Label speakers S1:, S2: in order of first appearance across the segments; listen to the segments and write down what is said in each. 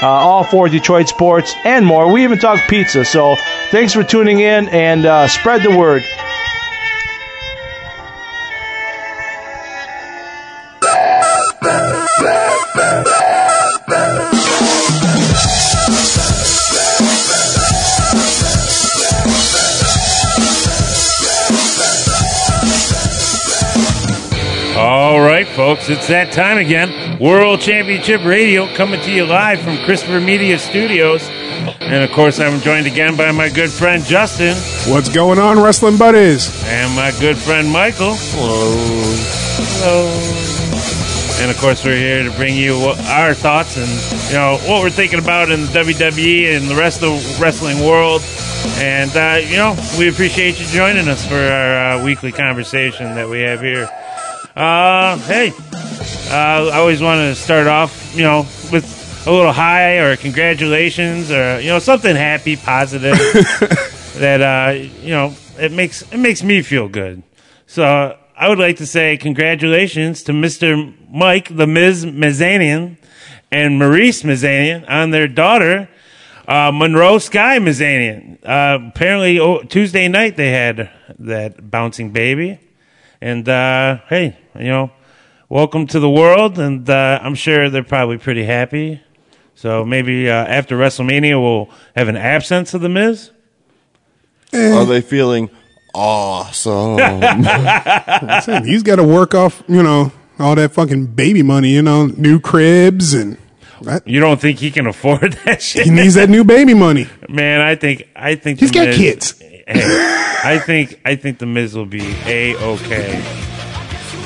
S1: uh, all four Detroit sports and more. We even talk pizza. So thanks for tuning in and uh, spread the word.
S2: All right, folks, it's that time again. World Championship Radio coming to you live from Christopher Media Studios. And of course, I'm joined again by my good friend Justin
S3: What's going on, wrestling buddies?
S2: and my good friend Michael. Hello. Hello. And of course, we're here to bring you what- our thoughts and you know what we're thinking about in the WWE and the rest of the wrestling world. And uh, you know, we appreciate you joining us for our uh, weekly conversation that we have here. Uh, hey, uh, I always want to start off, you know, with a little hi or congratulations or you know something happy, positive that uh, you know it makes it makes me feel good. So I would like to say congratulations to Mr. Mike the Ms. Mazanian and Maurice Mazanian on their daughter uh, Monroe Sky Mazanian. Uh, apparently oh, Tuesday night they had that bouncing baby, and uh, hey, you know, welcome to the world, and uh, I'm sure they're probably pretty happy. So maybe uh, after WrestleMania we'll have an absence of the Miz.
S4: Are they feeling awesome?
S5: Damn, he's got to work off, you know, all that fucking baby money, you know, new cribs and that,
S2: You don't think he can afford that
S5: he
S2: shit,
S5: needs that new baby money.
S2: man? I think I think
S5: He's
S2: the
S5: got
S2: Miz-
S5: kids.
S2: Hey, I think I think the Miz will be a okay,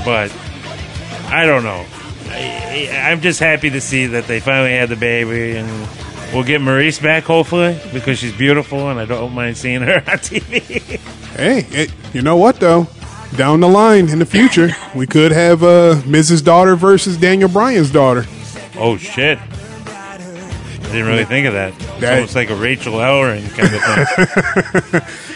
S2: but I don't know. I, I- I'm just happy to see that they finally had the baby, and we'll get Maurice back hopefully because she's beautiful, and I don't mind seeing her on TV.
S5: Hey, eh, you know what though? Down the line in the future, we could have uh, Mrs. Daughter versus Daniel Bryan's daughter.
S2: oh shit! I didn't really think of that. It's
S5: That-
S2: almost like a Rachel Ellering kind of thing.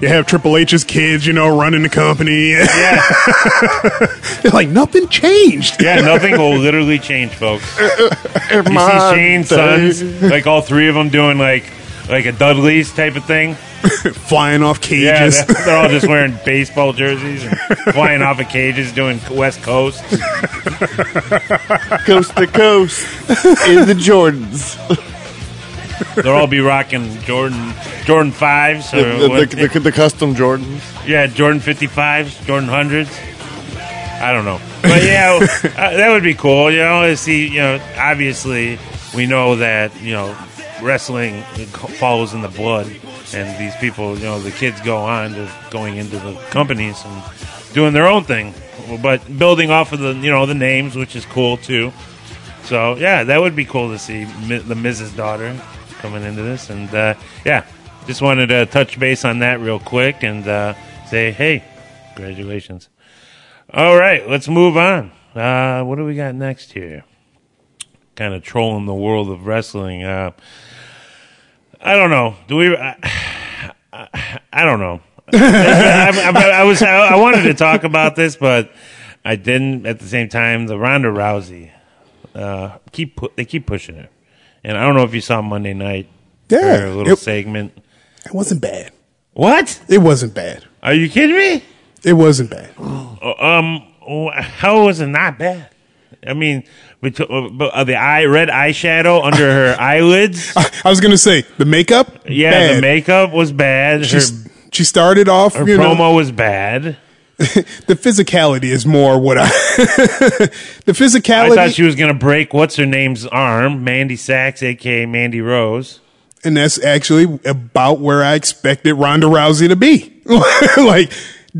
S5: You have Triple H's kids, you know, running the company.
S2: yeah.
S5: They're like nothing changed.
S2: Yeah, nothing will literally change, folks. you see Shane's sons, like all three of them doing like like a Dudley's type of thing.
S5: Flying off
S2: Yeah,
S5: cages.
S2: they're, they're all just wearing baseball jerseys and flying off of cages, doing West Coast.
S4: coast to coast in the Jordans.
S2: They'll all be rocking Jordan Jordan fives or
S4: The,
S2: what-
S4: the, the, the custom Jordans.
S2: yeah, Jordan fifty fives, Jordan hundreds. I don't know, but yeah, uh, that would be cool. You know, to see, you know, obviously we know that you know wrestling follows in the blood, and these people, you know, the kids go on to going into the companies and doing their own thing, but building off of the you know the names, which is cool too. So yeah, that would be cool to see Mi- the Mrs. Daughter coming into this, and uh, yeah, just wanted to touch base on that real quick and uh, say hey, congratulations. All right, let's move on. Uh, what do we got next here? Kind of trolling the world of wrestling. Uh, I don't know. Do we? I, I don't know. I, I- I was. I, I wanted to talk about this, but I didn't. At the same time, the Ronda Rousey uh, keep pu- they keep pushing her, and I don't know if you saw Monday night.
S5: Yeah,
S2: her little
S5: it-
S2: segment.
S5: It wasn't bad.
S2: What?
S5: It wasn't bad.
S2: Are you kidding me?
S5: It wasn't bad.
S2: Um, wh- how was it not bad? I mean, bet- uh, b- uh, the eye red eyeshadow under her eyelids.
S5: I was gonna say the makeup.
S2: Yeah, the
S5: Uh, bad.
S2: makeup was bad.
S5: She,
S2: her
S5: s- she started off.
S2: her
S5: you know,
S2: promo was bad.
S5: the physicality is more what I. the
S2: I
S5: physicality,
S2: thought she was gonna break what's her name's arm, Mandy Sachs, aka Mandy Rose.
S5: and that's actually about where I expected Ronda Rousey to be, like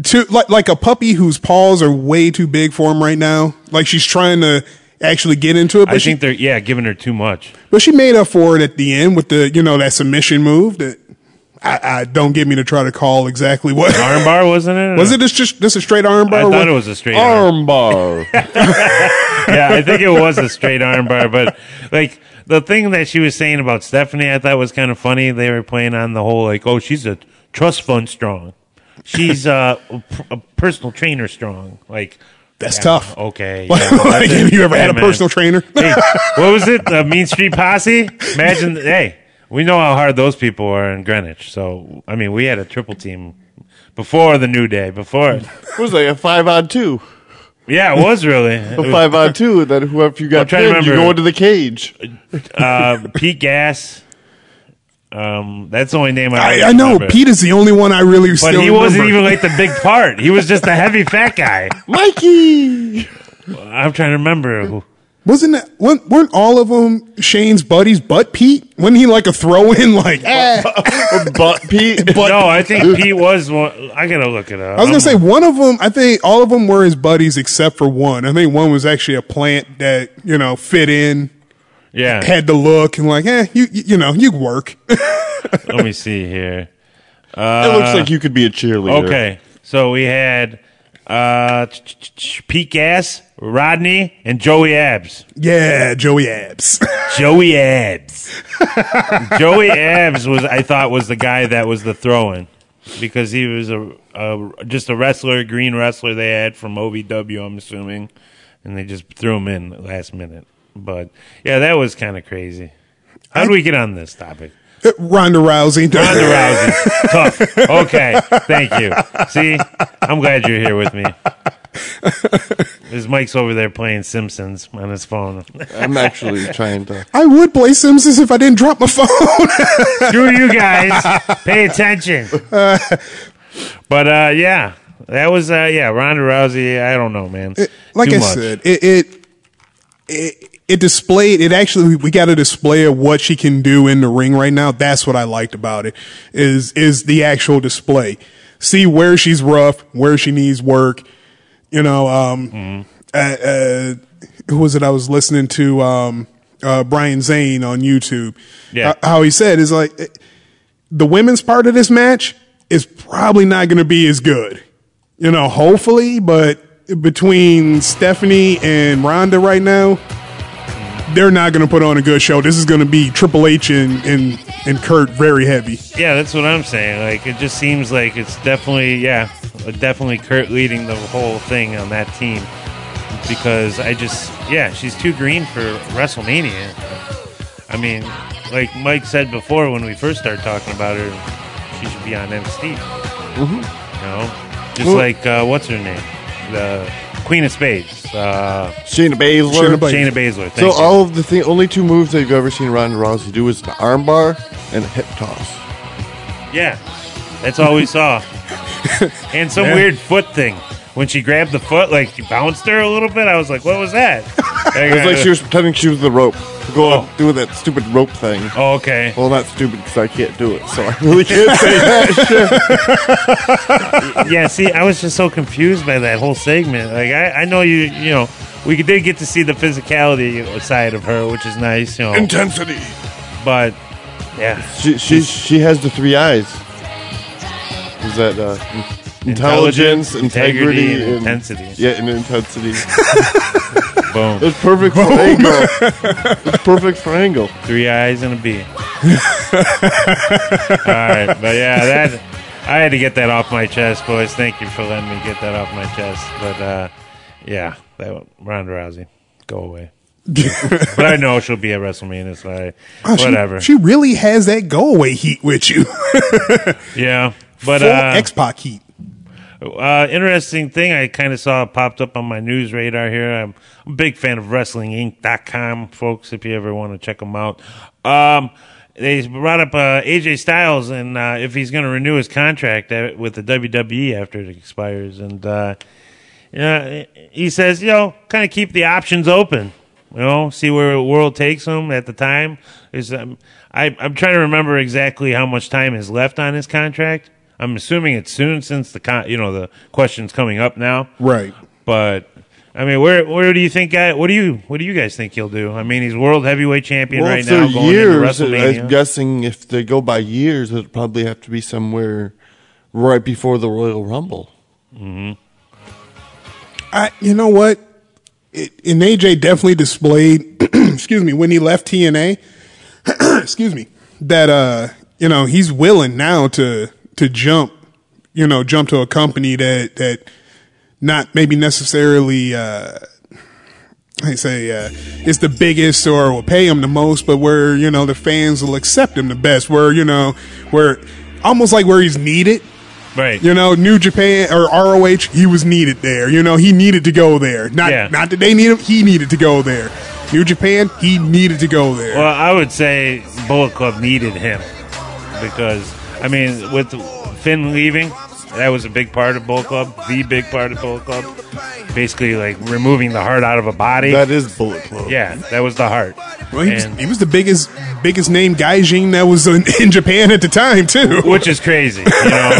S5: to like like a puppy whose paws are way too big for him right now. Like she's trying to actually get into it. But
S2: I
S5: she,
S2: think they're yeah giving her too much.
S5: but she made up for it at the end with the you know that submission move that I, I don't get me to try to call exactly what
S2: Armbar wasn't it?
S5: was it. This just this a straight armbar.
S2: I
S5: or Oh,
S2: thought
S5: what?
S2: it was a straight arm.
S4: Armbar.
S2: Yeah, I think it was a straight armbar. But like the thing that she was saying about Stephanie, I thought was kind of funny. They were playing on the whole like, oh, she's a trust fund strong. She's uh, a, p- a personal trainer strong. Like
S5: That's
S2: yeah,
S5: tough.
S2: Okay,
S5: Like,
S2: yeah, that's
S5: like,
S2: it.
S5: have you ever
S2: Hey,
S5: had a
S2: man.
S5: personal trainer?
S2: hey, what was it? The Mean Street Posse? Imagine, hey, we know how hard those people are in Greenwich. So, I mean, we had a triple team before the New Day, before. it.
S4: was like a five on two.
S2: Yeah, it was really. It
S4: A
S2: was,
S4: five on two, and then whoever you
S2: I'm
S4: got
S2: trying to
S4: pinned, you
S2: remember.
S4: go into the cage.
S2: uh, Pete Gas. Um, that's the only name I
S5: I, I know
S2: remember.
S5: Pete is the only one I really
S2: But
S5: still
S2: he wasn't
S5: remember.
S2: even like the big part. He was just a heavy fat guy.
S4: Mikey!
S2: I'm trying to remember. Who.
S5: Wasn't that weren't, weren't all of them Shane's buddies? But Pete wasn't he like a throw in? Like eh.
S4: Butt Pete.
S5: But-
S2: no, I think Pete was one. I gotta look it up.
S5: I was gonna say one of them. I think all of them were his buddies except for one. I think one was actually a plant that you know fit in,
S2: yeah.
S5: had the look, and like eh, you you you know you work.
S2: Let me see here.
S4: it looks like you could be a cheerleader.
S2: uh, Okay. So we had uh, ch- ch- ch- Pete Gas, Rodney, and Joey Abs.
S5: yeah, Joey Abs.
S2: Joey Abs. Joey Abs was I thought was the guy that was the throwing because he was a, a just a wrestler, green wrestler they had from OVW, I'm assuming, and they just threw him in at last minute. But yeah, that was kind of crazy. How do we get on this topic?
S5: Ronda Rousey.
S2: Ronda Rousey, tough. Okay, thank you. See, I'm glad you're here with me. His Mike's over there playing Simpsons on his phone.
S4: I'm actually trying to.
S5: I would play Simpsons if I didn't drop my phone.
S2: Screw you guys. Pay attention. But uh, yeah, that was uh, yeah Ronda Rousey. I don't know, man.
S5: like
S2: Too
S5: I
S2: much.
S5: said, it, it it it displayed it actually we got a display of what she can do in the ring right now. That's what I liked about it is is the actual display. See where she's rough, where she needs work. You know, um,
S2: Mm-hmm.
S5: uh, uh, who was it? I was listening to um, uh, Brian Zane on YouTube.
S2: Yeah.
S5: Uh, how he said is like eh, the women's part of this match is probably not going to be as good. You know, hopefully, but between Stephanie and Ronda right now, they're not going to put on a good show. This is going to be Triple H and, and and Kurt very heavy.
S2: Yeah, that's what I'm saying. Like it just seems like it's definitely yeah, definitely Kurt leading the whole thing on that team because I just yeah, she's too green for WrestleMania. I mean, like Mike said before when we first started talking about her, she should be on NXT. Mm-hmm. You know, just like uh, what's her name, the Queen of Spades, uh,
S4: Shayna Baszler.
S5: Shayna Baszler.
S2: Shayna Baszler. Thank
S4: So
S2: you.
S4: uh, all of the thing, only two moves that you've ever seen Ronda Rousey do is an armbar and a hip toss.
S2: Yeah, that's all we saw. and some weird foot thing. When she grabbed the foot, like she bounced her a little bit. I was like, "What was that?"
S4: It was like she was pretending she was the rope, going doing that stupid rope thing.
S2: Oh, okay.
S4: Well, not stupid because I can't do it, so I really can't say that shit.
S2: Yeah. See, I was just so confused by that whole segment. Like, I, I know you. You know, we did get to see the physicality side of her, which is nice. You know,
S4: Intensity.
S2: but yeah,
S4: She she she has the three eyes. Is that uh, in- intelligence,
S2: integrity,
S4: integrity,
S2: and
S4: and-
S2: intensity.
S4: Yeah, and intensity.
S2: boom.
S4: It's perfect for angle. It's perfect for angle.
S2: Three eyes and a B. All right, but yeah, that I had to get that off my chest, boys. Thank you for letting me get that off my chest. But uh, yeah, that Ronda Rousey, go away. but I know she'll be at WrestleMania, so I,
S5: Wow, Oh, she-
S2: whatever.
S5: She, really has that go away heat with you.
S2: yeah, but
S5: Full
S2: uh,
S5: X Pac heat.
S2: uh, interesting thing I kind of saw popped up on my news radar here. I'm a big fan of WrestlingInc.com, folks, if you ever want to check them out. Um, they brought up uh, AJ Styles and uh, if he's going to renew his contract uh, with the WWE after it expires. And uh, yeah, he says, you know, kind of keep the options open. You know, see where the world takes him at the time. There's, um, I, I'm trying to remember exactly how much time is left on his contract. I'm assuming it's soon, since the con- you know the question's coming up now.
S5: Right.
S2: But I mean, where where do you think? Guy, what do you what do you guys think he'll do? I mean, he's world heavyweight champion
S4: well,
S2: right
S4: if
S2: now.
S4: they're
S2: Going
S4: years, uh,
S2: into WrestleMania.
S4: I'm guessing if they go by years, it'd probably have to be somewhere right before the Royal Rumble.
S5: I, you know what? It, and AJ definitely displayed, excuse me, when he left TNA, excuse me, that uh, you know, he's willing now to to jump, you know, jump to a company that that not maybe necessarily uh I say uh, it's the biggest or will pay him the most, but where you know the fans will accept him the best, where you know where almost like where he's needed.
S2: right.
S5: You know, New Japan or ROH, he was needed there. You know, he needed to go there. Not
S2: Yeah.
S5: not that they need him, he needed to go there. New Japan, he needed to go there.
S2: Well, I would say Bullet Club needed him because I mean, with Finn leaving, that was a big part of Bullet Club, the big part of Bullet Club. Basically, like removing the heart out of a body.
S4: That is Bullet Club.
S2: yeah, that was the heart.
S5: Well, he, was,
S2: And-
S5: he was the biggest biggest name gaijin that was in, in Japan at the time too.
S2: which is crazy, you know,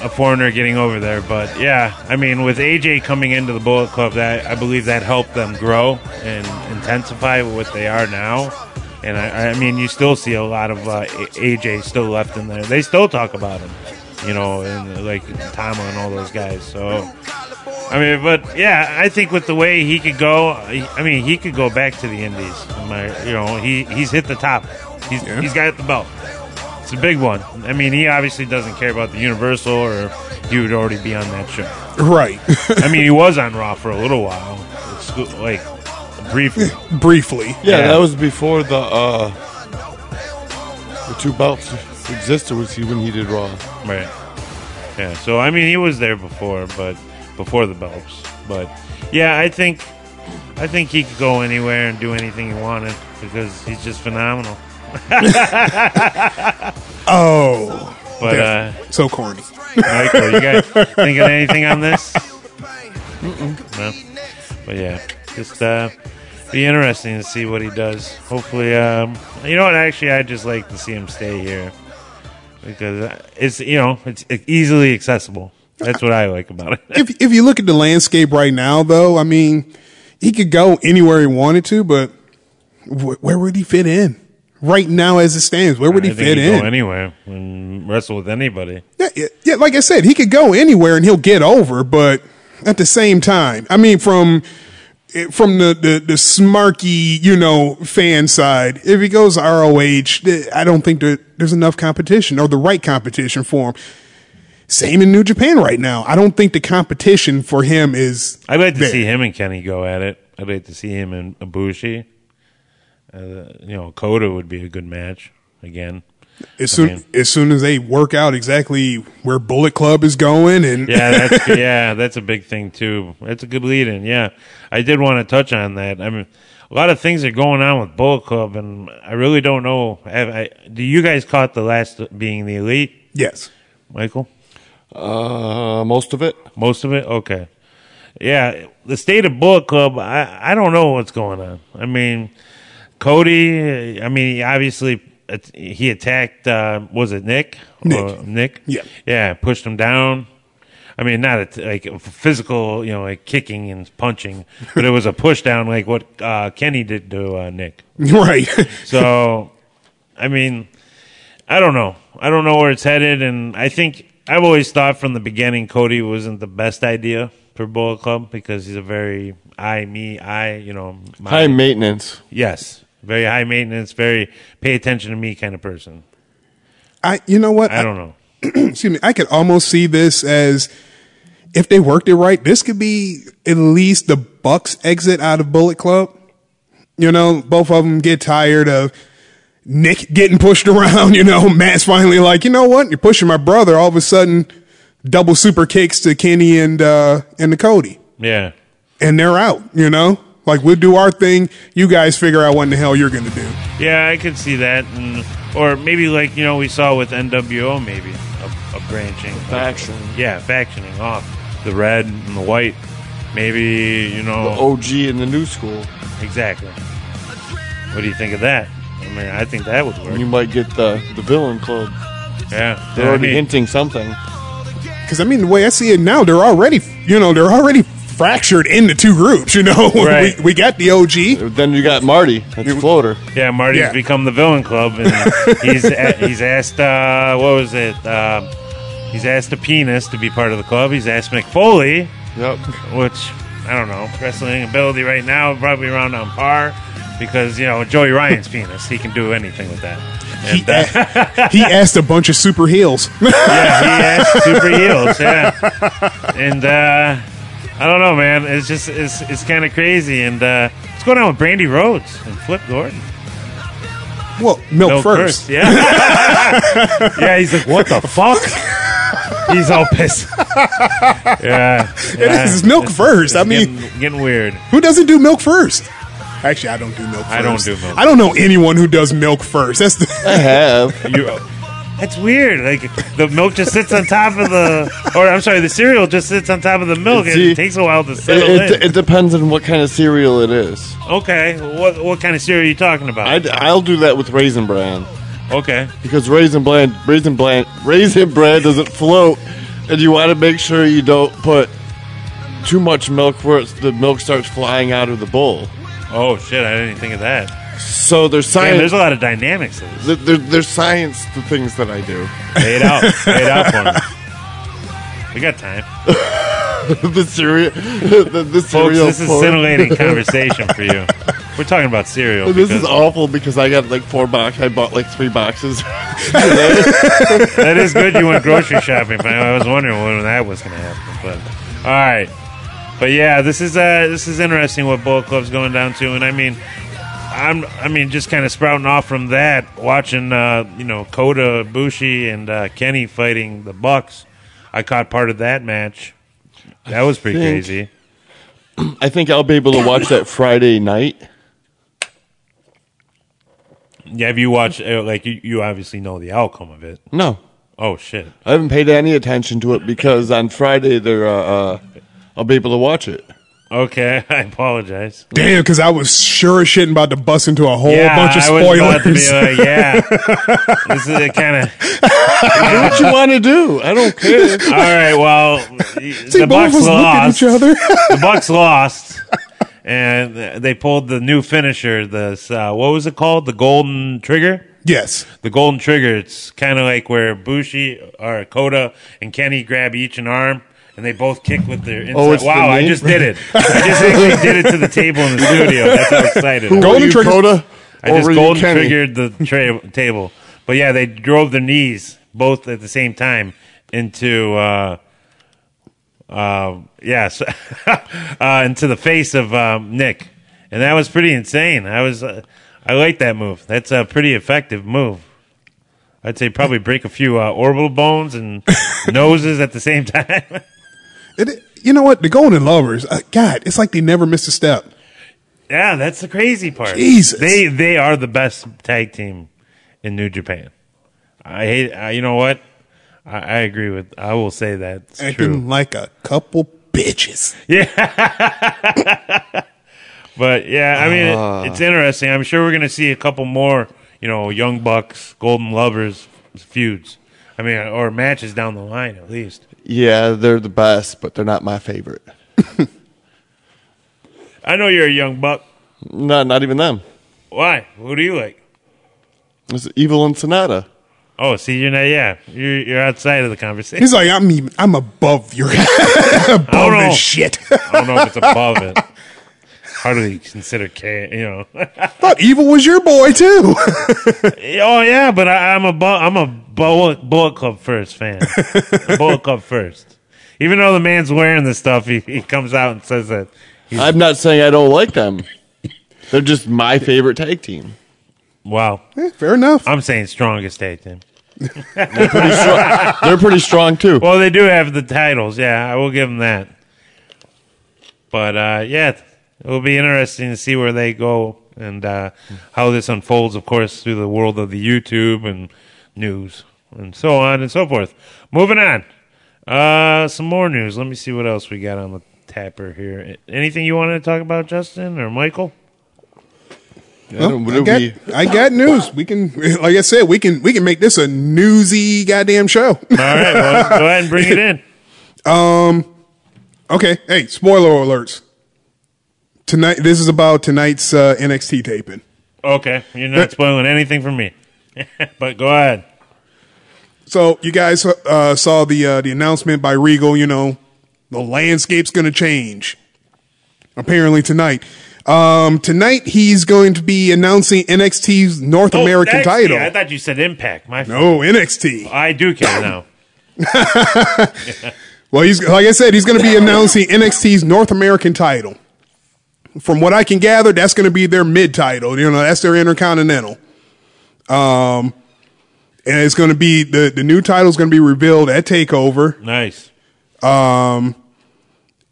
S2: a foreigner getting over there. But yeah, I mean, with AJ coming into the Bullet Club, that I believe that helped them grow and intensify what they are now. And I, I mean, you still see a lot of uh, A- AJ still left in there. They still talk about him, you know, and uh, like Tama and all those guys. So. I mean, but yeah, I think with the way he could go, I I mean, he could go back to the Indies. My, you know, he he's hit the top. He's he's got the belt. It's a big one. I mean, he obviously doesn't care about the Universal, or he would already be on that show.
S5: Right.
S2: I mean, he was on Raw for a little while, Exclu- like briefly.
S5: Briefly.
S4: Yeah,
S2: Yeah.
S4: that was before the uh, the two belts existed. Was he when he did Raw?
S2: Right. Yeah. So I mean, he was there before, but before the belts. But yeah, I think I think he could go anywhere and do anything he wanted because he's just phenomenal.
S5: Oh.
S2: But uh,
S5: so corny.
S2: Michael, you guys thinking anything on this? No. But yeah, just uh, be interesting to see what he does. Hopefully, um, you know what? Actually, I just like to see him stay here because uh, it's you know it's easily accessible. That's what I like about it.
S5: if if you look at the landscape right now, though, I mean, he could go anywhere he wanted to, but wh- where would he fit in? Right now, as it stands, where would he
S2: I think
S5: fit
S2: he'd
S5: in?
S2: go anywhere and wrestle with anybody.
S5: Yeah, yeah, yeah, like I said, he could go anywhere and he'll get over, but at the same time, I mean, from eh, from the, the, the smarky, you know, fan side, if he goes ROH, th- eh, I don't think that there's enough competition or the right competition for him. Same in New Japan right now. I don't think the competition for him is.
S2: I'd like to
S5: there.
S2: see him and Kenny go at it. I'd like to see him and Ibushi. Uh, you know, Kota would be a good match again.
S5: As soon
S2: mean-
S5: as soon as they work out exactly where Bullet Club is going, and
S2: Yeah, that's yeah, that's a big thing too. That's a good lead in. Yeah, I did want to touch on that. I mean, a lot of things are going on with Bullet Club, and I really don't know. Have I, do you guys caught the last being the elite,
S5: yes,
S2: Michael?
S4: Uh, most of it.
S2: Most of it? Okay. Yeah, the state of Bullet Club, I, I don't know what's going on. I mean, Cody, I mean, he obviously, at- he attacked, uh, was it Nick?
S5: Nick.
S2: Or Nick?
S5: Yeah.
S2: Yeah, pushed him down. I mean, not a t- like a physical, you know, like kicking and punching, but it was a push down like what uh, Kenny did to uh, Nick.
S5: right,
S2: So, I mean, I don't know. I don't know where it's headed, and I think I've always thought from the beginning Cody wasn't the best idea for Bullet Club because he's a very I, me, I, you know, my,
S4: High maintenance.
S2: yes, very high maintenance, very pay attention to me kind of person.
S5: I you know what
S2: I don't know.
S5: excuse me, I could almost see this as if they worked it right, this could be at least the Bucks exit out of Bullet Club. You know, both of them get tired of Nick getting pushed around. You know, Matt's finally like, you know what? You're pushing my brother. All of a sudden, double super kicks to Kenny and uh, and to Cody,
S2: Yeah,
S5: and they're out. You know, like we'll do our thing. You guys figure out what in the hell you're going to do.
S2: yeah, I could see that, and or maybe like you know we saw with NWO maybe a, a branching.
S4: Faction.
S2: Yeah, factioning off the red and the white. Maybe you know
S4: OG in the new school.
S2: Exactly. What do you think of that? I mean, I think that would
S4: You
S2: work.
S4: might get the the villain club.
S2: Yeah.
S4: They're
S2: I
S4: already
S2: mean,
S4: hinting something.
S5: Because I mean, the way I see it now, they're already, you know, they're already fractured into two groups. You know,
S2: Right.
S5: we, we got the OG.
S4: Then you got Marty. That's a floater.
S2: Yeah, Marty's
S5: Yeah.
S2: become the villain club, and he's a- he's asked uh, what was it? Uh, he's asked the penis to be part of the club. He's asked McFoley,
S4: Yep.
S2: which I don't know wrestling ability right now probably around on par because you know Joey Ryan's penis he can do anything with that.
S5: He, a- he asked a bunch of super heels.
S2: Yeah, he asked super heels. Yeah, and uh, I don't know, man. It's just it's it's kind of crazy. And uh, what's going on with Brandy Rhodes and Flip Gordon?
S5: well, milk,
S2: No
S5: Oh, first.
S2: curse, Yeah. yeah, he's like, what the fuck? He's all pissed. yeah. yeah.
S5: is milk first. I
S2: it's
S5: mean-
S2: getting, getting weird.
S5: Who doesn't do milk first? Actually, I don't do milk first.
S2: I don't do milk.
S5: I don't know anyone who does milk first. That's the,
S4: I have.
S2: You, that's weird. Like the milk just sits on top of the, or I'm sorry, the cereal just sits on top of the milk, and
S4: See,
S2: it takes a while to settle
S4: It,
S2: in.
S4: it, it depends on what kind of cereal it is.
S2: okay, what what kind of cereal are you talking about?
S4: I'd, I'll do that with raisin bran
S2: okay,
S4: because raisin bran, raisin bran, raisin bran doesn't float, and you want to make sure you don't put too much milk where it's, the milk starts flying out of the bowl.
S2: oh shit, I didn't even think of that.
S4: So there's
S2: Damn,
S4: science.
S2: there's a lot of dynamics. To this.
S4: th- there, there's science to things that I do.
S2: Lay it out, lay it out for me. We got time.
S4: the cereal, the, the
S2: Folks,
S4: cereal.
S2: this is
S4: pour-
S2: scintillating conversation for you. We're talking about cereal.
S4: This is
S2: because
S4: awful because I got like four box. I bought like three boxes.
S2: that is good. You went grocery shopping, but I was wondering when that was going to happen. But all right, but yeah, this is uh, this is interesting what Bullet Club's going down to, and I mean, I'm I mean just kind of sprouting off from that, watching uh, you know Kota Bushi and uh, Kenny fighting the Bucks. I caught part of that match. That was pretty
S4: think-
S2: crazy.
S4: I think I'll be able to watch that Friday night.
S2: Yeah, have you watched? uh, Like you, you obviously know the outcome of it.
S4: No,
S2: Oh shit.
S4: I haven't paid any attention to it because on Friday there, uh, uh, I'll be able to watch it.
S2: Okay, I apologize.
S5: damn, because I was sure as shit about to bust into a whole bunch of
S2: I was about to be
S5: spoilers.
S2: like, yeah, this is kind of
S4: Do what you want to do. I don't care.
S2: all right. Well,
S5: See,
S2: the
S5: both of
S2: Bucks
S5: us look at
S2: lost.
S5: each other.
S2: the Bucks lost, and they pulled the new finisher. This uh, what was it called? The Golden Trigger.
S5: yes.
S2: The Golden Trigger. It's kind of like where Bushi or Kota and Kenny grab each an arm. And they both kick with their inside.
S4: Oh, it's the
S2: wow, I
S4: name?
S2: just did it. I just actually did it to the table in the studio. That's how excited I was.
S5: Golden
S4: Were you
S5: Trigger-
S4: Coda
S2: I
S4: or
S2: just
S4: were you
S2: golden
S4: Kenny?
S2: triggered the tra- table. But yeah, they drove their knees both at the same time into uh, uh, yeah, so- uh, into the face of um, Nick, and that was pretty insane. I was uh, I like that move. That's a pretty effective move. I'd say probably break a few uh, orbital bones and noses at the same time.
S5: It, you know what? The Golden Lovers, uh, God, it's like they never missed a step.
S2: yeah, that's the crazy part.
S5: Jesus.
S2: they they are the best tag team in New Japan. I hate. I, you know what? I, I agree with. I will say that. It's
S5: Acting
S2: true.
S5: like a couple bitches.
S2: But yeah, I mean,
S5: Ah.
S2: it, it's interesting. I'm sure we're going to see a couple more, you know, Young Bucks, Golden Lovers feuds. I mean, or matches down the line at least.
S4: Yeah, they're the best, but they're not my favorite.
S2: I know you're a Young Buck.
S4: No, not even them.
S2: Why? Who do you like?
S4: It's Evil and Sonata.
S2: Oh, see, you're not. Yeah, you're you're outside of the conversation.
S5: He's like, I'm even, I'm above your above
S2: know.
S5: this shit.
S2: I don't know if it's above it. Hardly consider K. You know.
S5: Thought evil was your boy too.
S2: Oh yeah, but I, I'm a bu- I'm a bullet, bullet club first fan. bullet club first. Even though the man's wearing this stuff, he, he comes out and says that.
S4: I'm not saying I don't like them. They're just my favorite tag team.
S2: Wow,
S5: Eh, Fair enough.
S2: I'm saying strongest tag team.
S4: Pretty strong. They're pretty strong too.
S2: Well, they do have the titles. Yeah, I will give them that. But uh, yeah, it will be interesting to see where they go and uh, how this unfolds. Of course, through the world of the YouTube and news and so on and so forth. Moving on, uh, some more news. Let me see what else we got on the tapper here. Anything you wanted to talk about, Justin or Michael?
S4: I don't- what
S5: I
S4: do
S5: got,
S4: we-
S5: I got news. We can, like I said, we can we can make this a newsy goddamn show.
S2: All right, well, go ahead and bring it in.
S5: Okay. Hey, spoiler alerts. Tonight, this is about tonight's uh, NXT taping.
S2: Okay, you're not spoiling anything for me. but go ahead.
S5: So you guys uh, saw the uh, the announcement by Regal. You know, the landscape's going to change. Apparently tonight. Um, tonight he's going to be announcing NXT's North
S2: Oh,
S5: American
S2: NXT,
S5: title. Oh,
S2: I thought you said Impact. My fault.
S5: no NXT.
S2: I do care now.
S5: Well, he's like I said, he's going to be announcing NXT's North American title. From what I can gather, that's going to be their mid title. You know, that's their Intercontinental. Um, and it's going to be the the new title is going to be revealed at Takeover
S2: Nice.
S5: Um,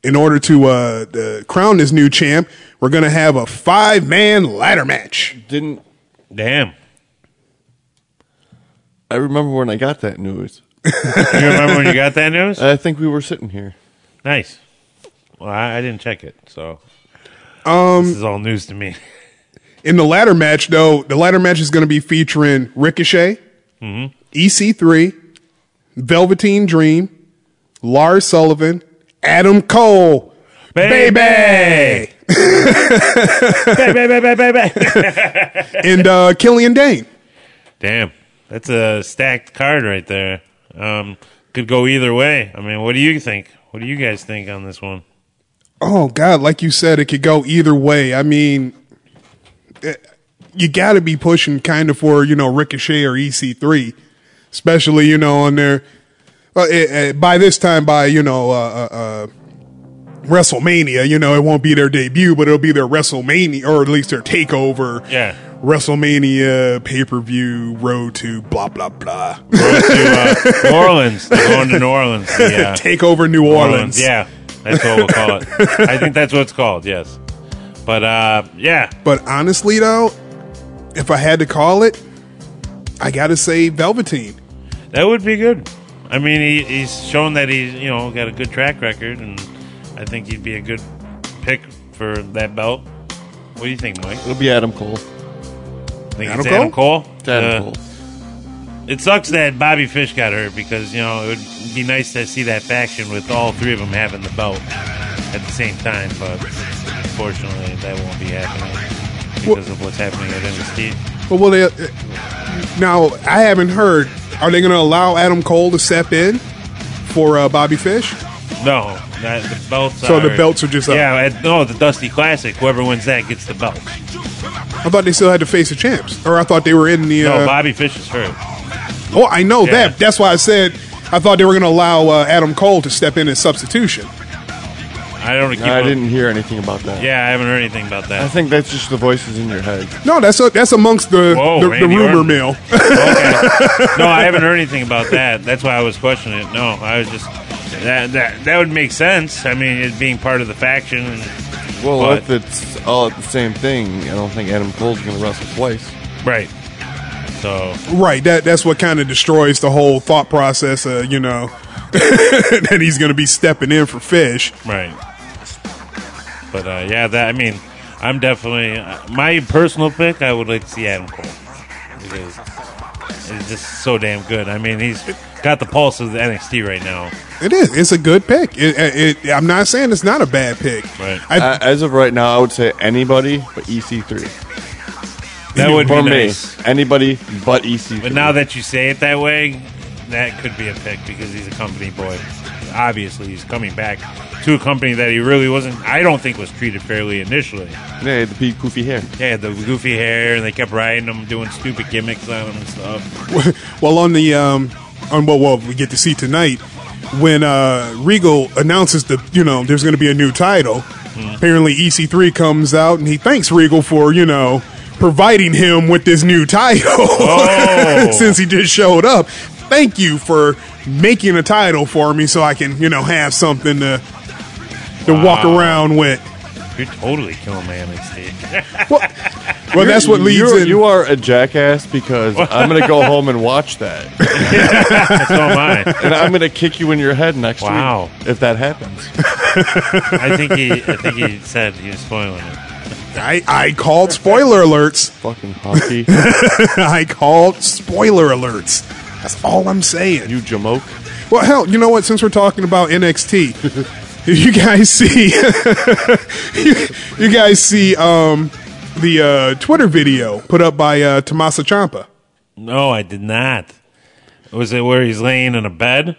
S5: in order to uh, to crown this new champ. We're going to have a five man ladder match.
S4: Didn't
S2: Damn.
S4: I remember when I got that news?
S2: You remember when you got that news?
S4: I think we were sitting here.
S2: Nice. Well, I, I didn't check it, so um, this is all news to me.
S5: In the ladder match, though, the ladder match is going to be featuring Ricochet, EC3, Velveteen Dream, Lars Sullivan, Adam Cole, baby,
S2: Baby, baby, baby, baby.
S5: and uh, Killian Dane.
S2: Damn, that's a stacked card right there. Um, could go either way. I mean, what do you think? What do you guys think on this one?
S5: Oh God, like you said, it could go either way. I mean, eh, you got to be pushing kind of for you know Ricochet or EC3, especially you know on their. Well, eh, eh, by this time, by you know uh, uh, uh, WrestleMania, you know it won't be their debut, but it'll be their WrestleMania or at least their takeover.
S2: Yeah.
S5: WrestleMania pay per view road to blah blah blah.
S2: We're up to uh, New Orleans. They're going to New Orleans. Yeah.
S5: Takeover New Orleans.
S2: Yeah, that's what we'll call it. I think that's what it's called. Yes. But uh, yeah,
S5: But honestly, though, if I had to call it, I gotta say Velveteen.
S2: That would be good. I mean, he, he's shown that he's you know got a good track record, and I think he'd be a good pick for that belt. What do you think, Mike?
S4: It'll be Adam Cole.
S2: Think
S5: Adam
S2: it's Adam Cole.
S4: It's Adam
S2: Uh,
S4: Cole.
S2: It sucks that Bobby Fish got hurt because you know it would be nice to see that faction with all three of them having the belt at the same time, but unfortunately that won't be happening because of what's happening at NXT.
S5: But will they? uh, Now I haven't heard. Are they gonna allow Adam Cole to step in for uh, Bobby Fish?
S2: No, not, the belts.
S5: So the
S2: are-
S5: belts are just up.
S2: Yeah, at, no, the Dusty Classic. Whoever wins that gets the belt.
S5: I thought they still had to face the champs, or I thought they were in the.
S2: No,
S5: Uh,
S2: Bobby Fish is hurt.
S5: oh, I know
S2: Yeah.
S5: that. That's why I said I thought they were gonna allow uh, Adam Cole to step in as substitution.
S2: I don't keep.
S4: I
S2: up-
S4: didn't hear anything about that.
S2: Yeah, I haven't heard anything about
S4: I
S2: that.
S4: think that's just the voices in your head.
S5: No, that's uh that's amongst the
S2: Whoa,
S5: the, the
S2: Randy
S5: rumor
S2: Orton.
S5: mill.
S2: Okay. no, I haven't heard anything about that. That's why I was questioning it. No, I was just that that that would make sense. I mean, it being part of the faction. And,
S4: Well,
S2: But-
S4: if it's all the same thing, I don't think Adam Cole's going to wrestle twice.
S2: right. So
S5: Right. That that's what kind of destroys the whole thought process. Uh, you know, that he's going to be stepping in for Fish.
S2: right. But uh, yeah, that I mean, I'm definitely uh, my personal pick. I would like to see Adam Cole because it's just so damn good. I mean, he's got the pulse of the NXT right now.
S5: It is. It's a good pick. It, it, it- I'm not saying it's not a bad pick.
S2: Right.
S5: I,
S4: Uh, as of right now, I would say anybody but EC3.
S2: That would
S4: For
S2: be
S4: me,
S2: nice.
S4: anybody but E EC3.
S2: But now that you say it that way, that could be a pick because he's a company boy. Obviously, he's coming back to a company that he really wasn't, I don't think, was treated fairly initially.
S4: yeah, the big goofy hair.
S2: They had the goofy hair and they kept riding him, doing stupid gimmicks on him and stuff.
S5: well, on the um, on what what we get to see tonight, when uh, Regal announces the you know there's going to be a new title.
S4: Mm-hmm.
S5: Apparently, EC3 comes out and he thanks Regal for you know providing him with this new title
S4: Oh.
S5: since he just showed up. Thank you for making a title for me so I can you know have something to to walk around with.
S2: You're totally killing my NXT.
S5: Well, well that's what leads
S4: You're-
S5: in.
S4: You are a jackass because I'm going to go home and watch that,
S2: so am I.
S4: and I'm going to kick you in your head next
S2: Wow.
S4: week if that happens.
S2: I think he, I think he said he was spoiling it.
S5: I, I called spoiler alerts.
S4: Fucking hockey,
S5: I called spoiler alerts. That's all I'm saying.
S4: you jamoke.
S5: Well, hell, you know what? Since we're talking about NXT, If you guys see, you, you guys see um, the uh, Twitter video put up by uh, Tomasa Champa.
S2: No, I did not. Was it where he's laying in a bed?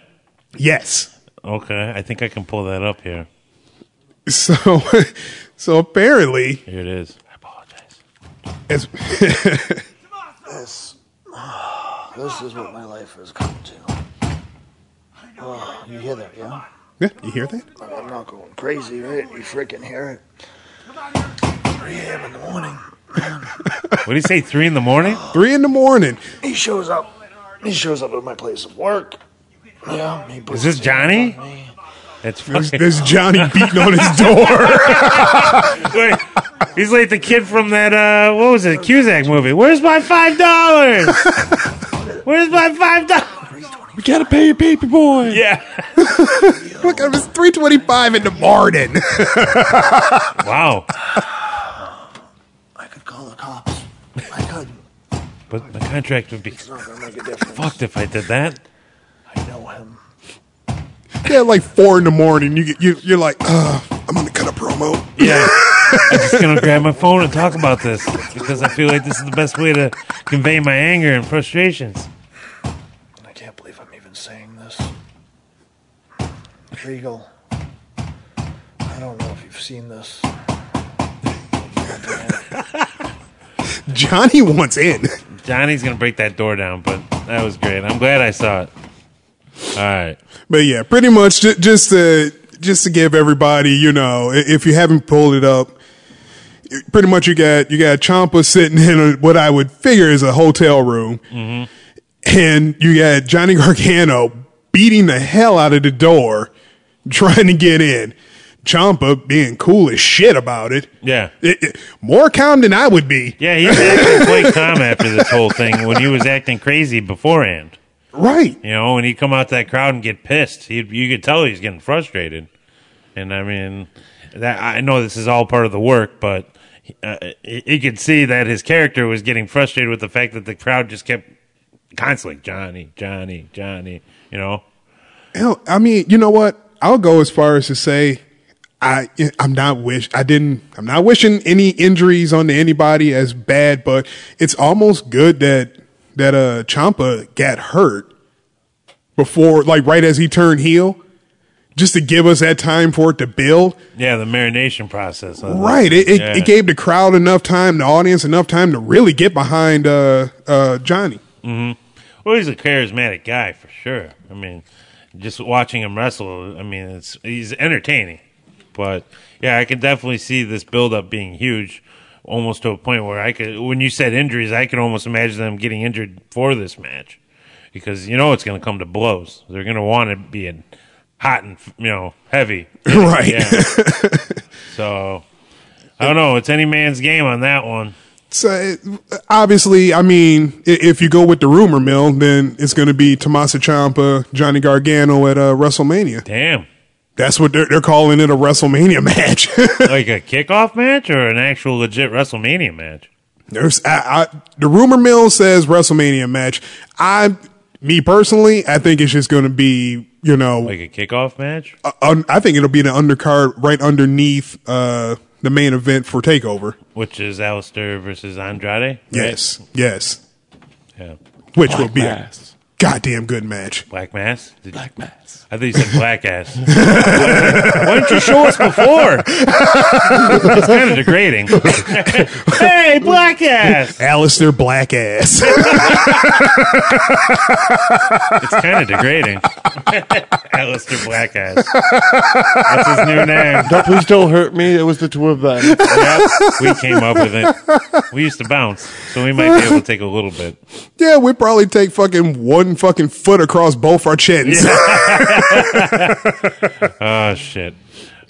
S5: Yes.
S2: Okay, I think I can pull that up here.
S5: So, so apparently,
S2: Here it is. I apologize.
S5: as,
S6: This is what my life has come to. Oh, you hear that, yeah?
S5: yeah, you hear that?
S6: I'm not going crazy, right? You freaking hear it. 3 a.m. in the morning.
S2: What do you say? Three in the morning?
S5: Three in the morning.
S6: He shows up. He shows up at my place of work. Yeah, he puts
S2: Is this
S6: his hand
S2: Johnny?
S6: on me.
S2: That's
S5: There's,
S2: fucking.
S5: there's Johnny beating on his door.
S2: Wait, he's like the kid from that. uh What was it? Cusack movie. Where's my five dollars? Where's my five dollars?
S4: We gotta pay your baby boy.
S2: Yeah.
S5: Look, it was three twenty-five in the morning.
S2: Wow.
S6: I could call the cops. I could.
S2: But my contract would be
S6: It's not gonna make a difference.
S2: fucked if I did that.
S6: I know him.
S5: yeah, like four in the morning. You get- you you're like, Ugh, I'm gonna cut a promo.
S2: Yeah. I'm just gonna grab my phone and talk about this because I feel like this is the best way to convey my anger and frustrations.
S6: I can't believe I'm even saying this. Regal. I don't know if you've seen this.
S5: Johnny wants in.
S2: Johnny's gonna break that door down, but that was great. I'm glad I saw it. All right.
S5: But yeah, pretty much ju- just to just to give everybody, you know, i- if you haven't pulled it up, you- pretty much you got you got Champa sitting in a, what I would figure is a hotel room,
S2: Mm-hmm.
S5: and you got Johnny Gargano beating the hell out of the door, trying to get in. Champa being cool as shit about it.
S2: Yeah.
S5: It- it- more calm than I would be.
S2: Yeah, he was acting quite calm after this whole thing when he was acting crazy beforehand.
S5: Right.
S2: You know, when he'd come out to that crowd and get pissed, he you could tell he's getting frustrated. And I mean, that I know this is all part of the work, but uh, he, he could see that his character was getting frustrated with the fact that the crowd just kept constantly Johnny, Johnny, Johnny. You know,
S5: Hell, I mean, you know what? I'll go as far as to say, I I'm not wish I didn't I'm not wishing any injuries onto anybody as bad, but it's almost good that that uh Champa got hurt before, like right as he turned heel, just to give us that time for it to build.
S2: yeah, the marination process, of it.
S5: Right. It it,
S2: Yeah.
S5: it gave the crowd enough time, the audience enough time to really get behind uh uh Johnny.
S2: Well, he's a charismatic guy for sure. I mean, just watching him wrestle, I mean, it's he's entertaining. But yeah, I can definitely see this buildup being huge, almost to a point where I could. When you said injuries, I could almost imagine them getting injured for this match, because you know it's going to come to blows. They're going to want to be in hot and you know heavy.
S5: right.
S2: Yeah. so I don't know. It's any man's game on that one.
S5: So it, obviously, I mean, i- if you go with the rumor mill, then it's going to be Tommaso Ciampa, Johnny Gargano at uh, WrestleMania.
S2: Damn,
S5: That's what they're, they're calling it a WrestleMania match.
S2: like a kickoff match or an actual legit WrestleMania match.
S5: There's I, I, the rumor mill says WrestleMania match. I, me personally, I think it's just going to be you know,
S2: Like a kickoff match?
S5: uh, un, I think it'll be an undercard right underneath uh, the main event for Takeover.
S2: Which is Alistair versus Andrade? right?
S5: Yes, yes,
S2: Yeah.
S5: which will be
S4: Mass.
S5: a goddamn good match.
S2: Black Mass? Did-
S4: Black mass.
S2: I thought you said black ass. Why didn't you show us before? It's kind of degrading. hey, black ass!
S5: Alistair Black ass.
S2: It's kind of degrading. Alistair Black ass. That's his new name.
S4: No, please don't hurt me. It was the two of them.
S2: Yep, we came up with it. We used to bounce, so we might be able to take a little bit.
S5: Yeah, we probably take fucking one fucking foot across both our chins.
S2: Oh, shit.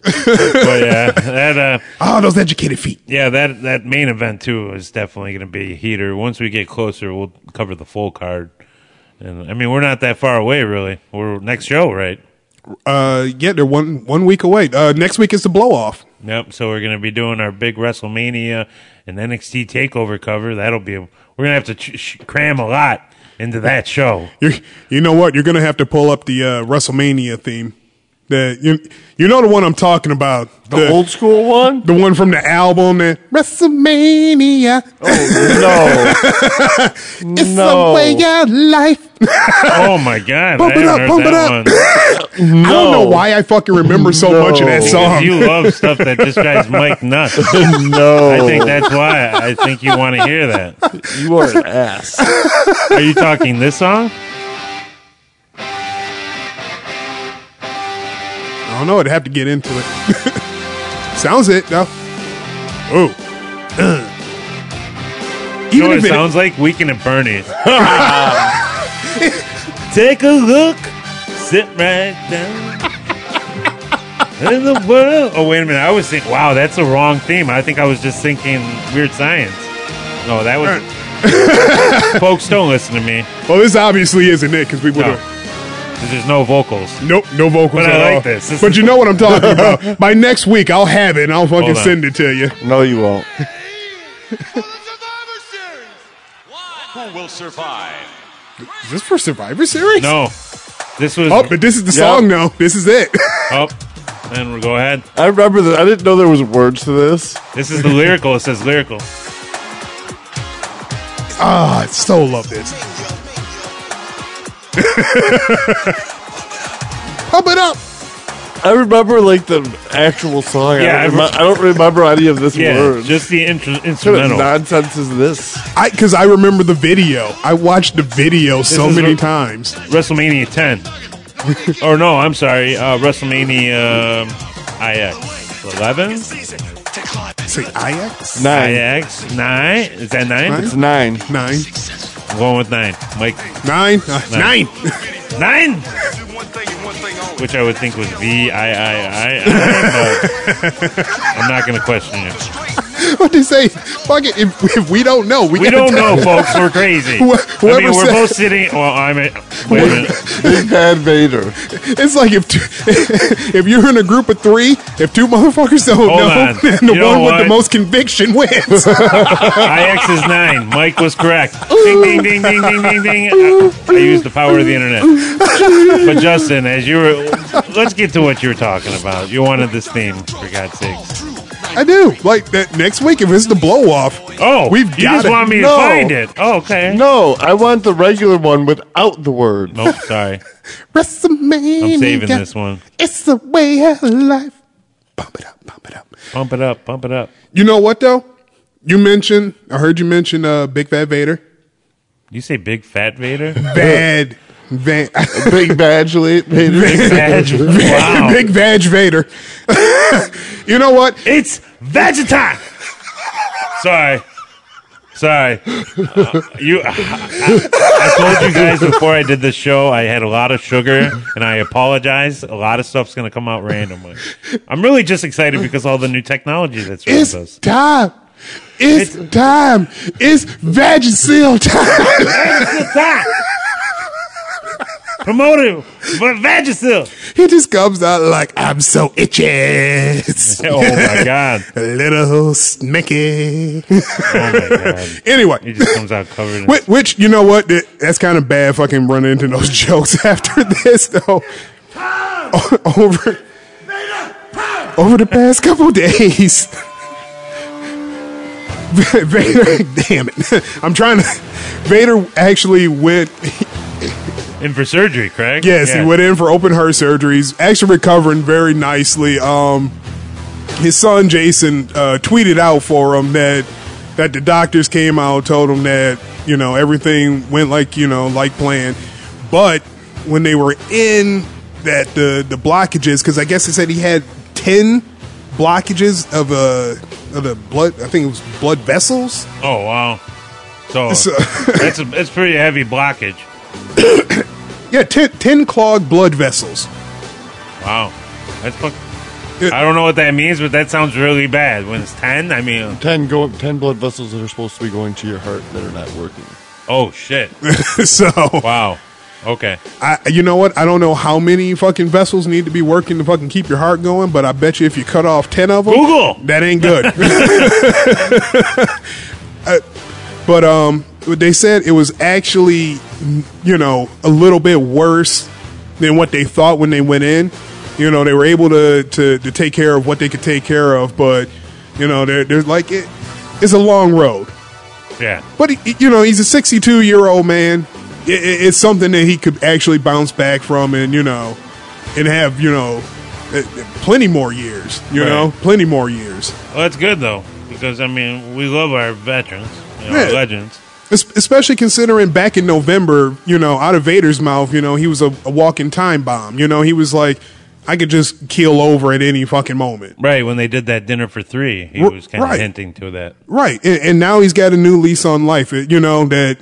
S2: But yeah, that, uh,
S5: oh, those educated feet.
S2: Yeah, that that main event too is definitely going to be a heater. Once we get closer, we'll cover the full card. And I mean, we're not that far away, really. We're next show, right?
S5: Uh, yeah, they're one one week away. Uh, next week is the blow off.
S2: Yep. So we're going to be doing our big WrestleMania and NXT Takeover cover. That'll be a, we're going to have to ch- ch- cram a lot into that show.
S5: You you know what? You're gonna have to pull up the uh, WrestleMania theme. That you you know the one I'm talking about.
S4: The, old school one?
S5: the one from the album that WrestleMania.
S4: Oh,
S5: It's
S4: No.
S5: the way of life.
S2: Oh my god!
S5: Bump
S2: I
S5: it up,
S2: haven't
S5: bump
S2: heard
S5: it
S2: that
S5: up.
S2: one.
S4: no. no.
S5: I don't know why I fucking remember so
S4: No.
S5: much of that
S2: Because
S5: song.
S2: you love stuff that this guy's Mike nuts.
S4: no.
S2: I think that's why I think you want to hear that.
S4: you are an ass.
S2: Are you talking this song?
S5: I don't know. I'd have to get into it. Sounds it though. Oh.
S2: You know
S5: Even
S2: what it
S5: if it,
S2: sounds like? Weekend at Bernie's. Um, Take a look, sit right down. In the world. Oh wait a minute! I was thinking, wow, that's the wrong theme. I think I was just thinking Weird Science. No, that was. Folks, don't listen to me.
S5: well, this obviously isn't it because we would
S2: No,
S5: have.
S2: 'Cause there's no vocals.
S5: Nope, no vocals
S2: But I
S5: at
S2: like
S5: all.
S2: this. This
S5: but
S2: is-
S5: you know what I'm talking about. By next week, I'll have it and I'll fucking
S2: Hold on.
S5: send it to you.
S4: No, you won't.
S7: Who will survive?
S5: Is this for Survivor Series?
S2: No, this was.
S5: Oh, but this is the song now. This is it.
S2: Oh, and we'll go ahead.
S4: I remember that. I didn't know there was words to this.
S2: This is the lyrical. It says lyrical.
S5: Ah, I so love this. Pump it up.
S4: I remember like the actual song.
S2: Yeah,
S4: I, don't
S2: I
S4: remi- I don't remember any of this
S2: Yeah,
S4: word.
S2: just the intro,
S4: what kind of
S2: instrumental.
S4: nonsense is this?
S5: I because I remember the video. I watched the video so
S2: is
S5: many
S2: re-
S5: times.
S2: WrestleMania 10. or no, I'm sorry, uh, WrestleMania um, IX 11,
S5: Say IX
S4: Nine.
S2: IX 9. Is that 9?
S4: It's nine.
S5: nine
S2: I'm going with 9. Mike
S5: nine uh,
S2: Nine.
S5: nine.
S2: 9, which I would think was V I I I. I don't know. I'm not going to question you.
S5: what do you say? Fuck it. If, if we don't know, we,
S2: We
S5: gotta
S2: don't
S5: tell-
S2: know, folks. We're crazy.
S5: Wh-
S2: I mean,
S5: whoever
S2: we're
S5: said-
S2: both sitting. Well, I'm. A, wait a minute.
S4: Big Bad Vader.
S5: It's like if two, if you're in a group of three, if two motherfuckers don't
S2: Hold
S5: know,
S2: on.
S5: then the
S2: You know
S5: one with
S2: what?
S5: the most conviction wins.
S2: IX is nine. Mike was correct. Ding, ding, ding, ding, ding, ding, ding. I, I used the power of the internet. But Justin, as you were, let's get to what you were talking about. You wanted this theme, for God's sakes.
S5: I do. Like that next week, if it's the blow off,
S2: Oh,
S5: We've
S2: you
S5: got
S2: just
S5: it.
S2: want me
S4: No.
S2: to find it. Oh, okay.
S4: No, I want the regular one without the word.
S2: Nope, sorry.
S5: WrestleMania.
S2: I'm saving this one.
S5: It's the way of life. Pump it up, pump it up.
S2: Pump it up, pump it up.
S5: You know what though? You mentioned. I heard you mention uh, Big Fat Vader.
S2: You say big fat Vader?
S5: Bad. Va-
S4: Big Bad Vader.
S2: Vag- wow.
S5: Big Vag Vader. you know what?
S2: It's Vegeta. Sorry. Sorry. Uh, you, I, I told you guys before I did this show, I had a lot of sugar, and I apologize. A lot of stuff's going to come out randomly. I'm really just excited because all the new technology that's around
S5: It's
S2: us.
S5: time. It's, time. It's Vagisil time.
S2: Promoted but Vagisil.
S5: he just comes out like I'm so itchy. It's
S2: Oh my god!
S5: A little snicky.
S2: Oh my god! He
S5: anyway,
S2: just comes out covered. In,
S5: which, which you know what? That- That's kind of bad. Fucking running into those jokes after this though. O- over, over the past couple days. Vader, damn it! I'm trying to. Vader actually went
S2: in for surgery, correct?
S5: Yes,
S2: Yeah.
S5: he went in for open heart surgeries. Actually, recovering very nicely. Um, his son Jason uh, tweeted out for him that that the doctors came out, told him that you know everything went like you know like planned, but when they were in that the the blockages, because I guess they said he had ten blockages of a of the blood. I think it was blood vessels.
S2: Oh wow! So,
S5: So-
S2: that's a, that's pretty heavy blockage.
S5: Yeah, ten, 10 clogged blood vessels.
S2: Wow, that's fuck. I don't know what that means, but that sounds really bad. When it's ten, I mean,
S4: Ten, go, ten blood vessels that are supposed to be going to your heart that are not working.
S2: oh shit!
S5: so
S2: Wow. Okay.
S5: I, you know what? I don't know how many fucking vessels need to be working to fucking keep your heart going, but I bet you if you cut off 10 of them,
S2: Google!
S5: that ain't good. Uh, but um, they said it was actually, you know, a little bit worse than what they thought when they went in. You know, they were able to, to, to take care of what they could take care of, but, you know, they're, they're like, it, it's a long road.
S2: Yeah.
S5: But he, you know, he's a 62 year old man. I- I it's something that he could actually bounce back from, and you know, and have you know, uh, plenty more years. You
S2: Right.
S5: know, plenty more years.
S2: Well, that's good though, because I mean, we love our veterans, you know,
S5: Yeah.
S2: legends.
S5: Es- Especially considering back in November, you know, out of Vader's mouth, you know, he was a, a walking time bomb. You know, he was like, I could just keel over at any fucking moment.
S2: Right when they did that dinner for three, he
S5: R-
S2: was kind of
S5: right.
S2: hinting to that.
S5: Right. And, and now he's got a new lease on life. It- you know, that,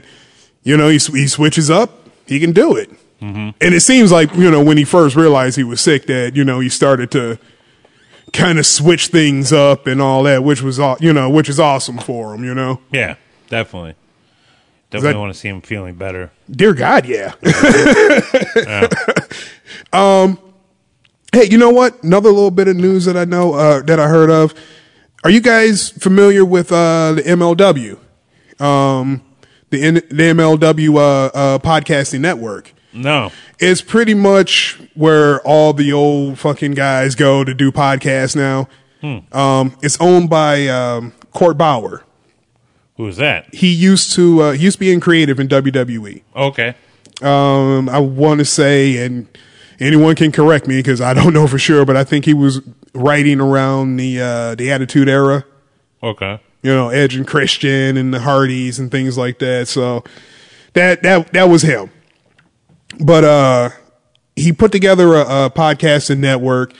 S5: you know, he, s- he switches up, he can do it. And it seems like, you know, when he first realized he was sick, that, you know, he started to kind of switch things up and all that, which was, aw- you know, which is awesome for him, you know?
S2: Yeah, definitely. Definitely
S5: that-
S2: want to see him feeling better.
S5: Dear God, yeah. um, hey, you know what? Another little bit of news that I know uh, that I heard of. Are you guys familiar with uh, the MLW, um, the N- the MLW uh, uh, podcasting network?
S2: No,
S5: It's pretty much where all the old fucking guys go to do podcasts now. Um, it's owned by um, Court Bauer.
S2: who's that?
S5: He used to uh, he used to be in creative in E. WWE.
S2: Okay,
S5: Um, I want to say, and anyone can correct me because I don't know for sure, but I think he was writing around the uh, the Attitude Era,
S2: okay,
S5: you know, Edge and Christian and the Hardys and things like that. So that that that was him. But uh, he put together a, a podcasting network.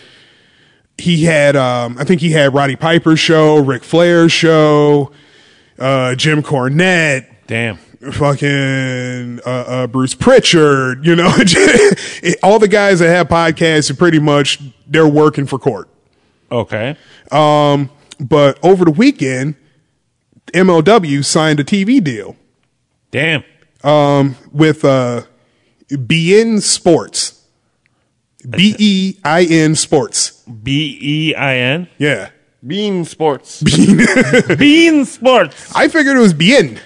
S5: He had, um, I think he had Roddy Piper's show, Ric Flair's show, uh, Jim Cornette,
S2: damn.
S5: fucking uh, uh, Bruce Pritchard, you know, it- all the guys that have podcasts are pretty much they're working for court.
S2: Okay,
S5: But over the weekend, MLW signed a TV deal
S2: damn.
S5: with uh, BN Sports, B E I N Sports.
S2: B E I N
S5: Yeah,
S4: Bean Sports.
S2: Bean Sports.
S5: I figured it was BN.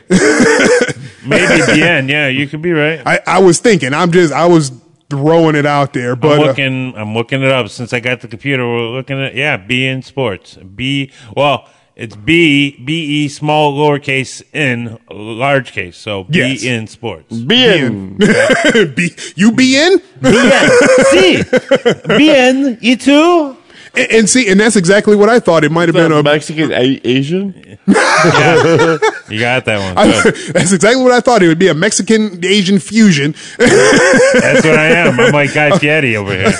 S2: Maybe the end. Yeah, you could be right.
S5: I, I was thinking. I'm just. I was throwing it out there, but.
S2: I'm
S5: uh,
S2: looking. I'm looking it up since I got the computer. We're looking at yeah, B in sports. B well, it's B B E small lowercase n large case. So B
S5: Yes.
S2: in sports.
S4: Bean.
S5: B, you BN?
S2: See, B E in you too.
S5: And, and see, and that's exactly what I thought. It might have been a
S4: Mexican A- Asian?
S2: You got that one. Good.
S5: That's exactly what I thought. It would be a Mexican Asian fusion.
S2: That's what I am. I'm like Guy Fieri over here.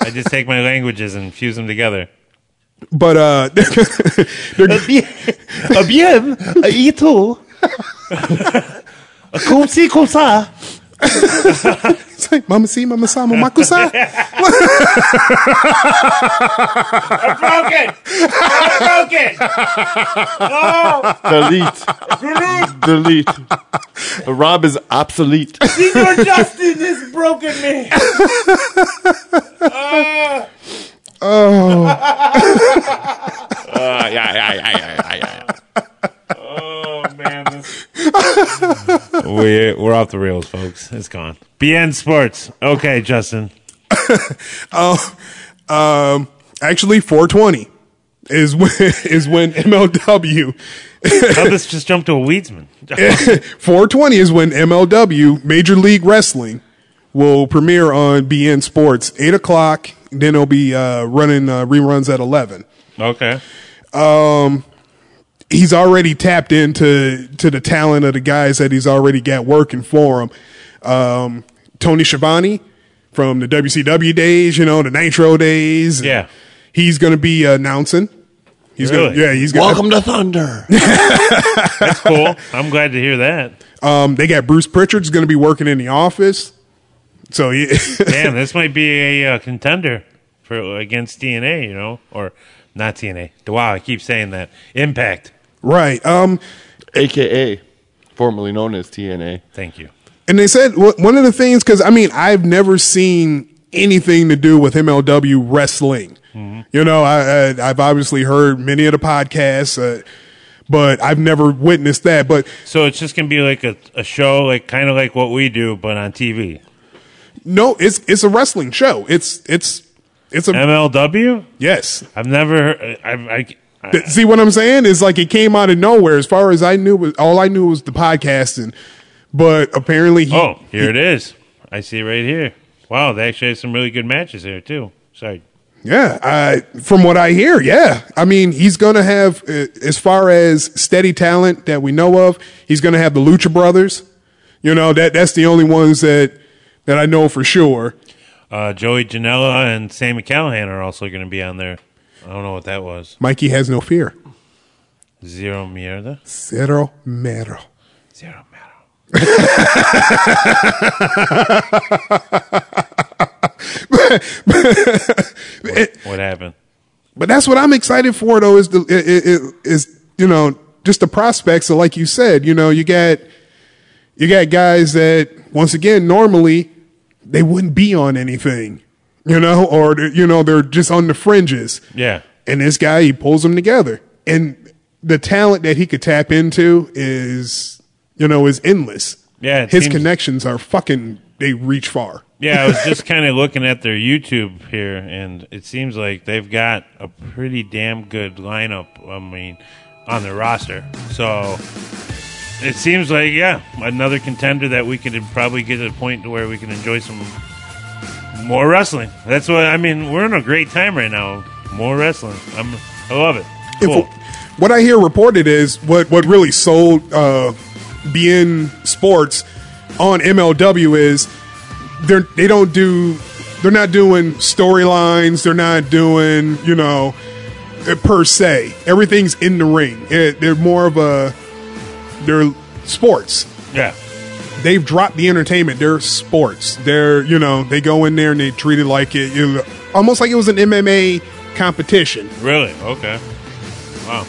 S2: I just take my languages and fuse them together.
S5: But uh they're,
S2: A bien, a you too. Cum si cum sa.
S5: it's like Mama see, Mama saw, Mama kusa.
S2: Broken. Broken.
S4: Delete. Delete. Rob is obsolete.
S2: Senor Justin has broken me.
S4: Uh, yeah, yeah, yeah, yeah, yeah, yeah.
S2: Oh man, this... we we're off the rails, folks. It's gone. BN Sports. Okay, Justin.
S5: Um actually 420 is when is when MLW
S2: Now this just jumped to a weedsman.
S5: 420 is when MLW Major League Wrestling will premiere on BN Sports eight o'clock. Then it'll be uh, running uh, reruns at eleven.
S2: okay.
S5: he's already tapped into to the talent of the guys that he's already got working for him. Um, Tony Schiavone from the WCW days, you know, the Nitro days.
S2: Yeah.
S5: he's going to be announcing. He's gonna,
S2: Really?
S5: yeah, he's gonna,
S4: Welcome to Thunder.
S2: That's cool. I'm glad to hear that.
S5: Um, they got Bruce Pritchard's going to be working in the office. So yeah,
S2: Damn, this might be a uh, contender for against TNA. You know, or not TNA. Wow, I keep saying that. Impact.
S5: right. Um,
S4: AKA, formerly known as TNA.
S2: Thank you.
S5: And they said wh- one of the things because I mean I've never seen anything to do with MLW wrestling. You know, I, I I've obviously heard many of the podcasts, uh, but I've never witnessed that. But
S2: So it's just gonna be like a, a show, like kind of like what we do, but on TV.
S5: No, it's it's a wrestling show. It's it's it's a
S2: MLW?
S5: yes.
S2: I've never. heard- I, I, I,
S5: Th- See what I'm saying? It's like it came out of nowhere. As far as I knew, was all I knew was the podcasting. But apparently, he,
S2: oh, here it is. I see it right here. Wow, they actually have some really good matches here too. Sorry.
S5: Yeah, I, from what I hear, yeah. I mean, he's going to have, uh, as far as steady talent that we know of, he's going to have the Lucha Brothers. You know, that that's the only ones that that I know for sure.
S2: Uh, Joey Janela and Sammy Callahan are also going to be on there. I don't know what that was.
S5: Mikey has no fear.
S2: Zero mierda.
S5: Cero mero.
S2: Zero mierda. What happened?
S5: But that's what I'm excited for, though. Is the i- i- i- is you know just the prospects. So, like you said, you know, you got you got guys that once again normally they wouldn't be on anything, you know, or they're- you know they're just on the fringes.
S2: Yeah.
S5: And this guy he pulls them together, and the talent that he could tap into is you know is endless.
S2: Yeah, it
S5: his
S2: seems-
S5: connections are fucking. They reach far.
S2: Yeah, I was just kind of looking at their YouTube here, and it seems like they've got a pretty damn good lineup. I mean, on their roster, so it seems like yeah, another contender that we could probably get to the point to where we can enjoy some more wrestling. That's what I mean. We're in a great time right now. More wrestling. I'm, I love it.
S5: If-
S2: Cool.
S5: what I hear reported is what what really sold uh, BN Sports on MLW is they're they don't do they're not doing storylines. They're not doing you know eh, per se. Everything's in the ring. Eh, they're more of a they're sports.
S2: Yeah.
S5: They've dropped the entertainment. They're sports. They're you know they go in there and they treat it like it you know, almost like it was an MMA competition.
S2: Really? Okay. Wow.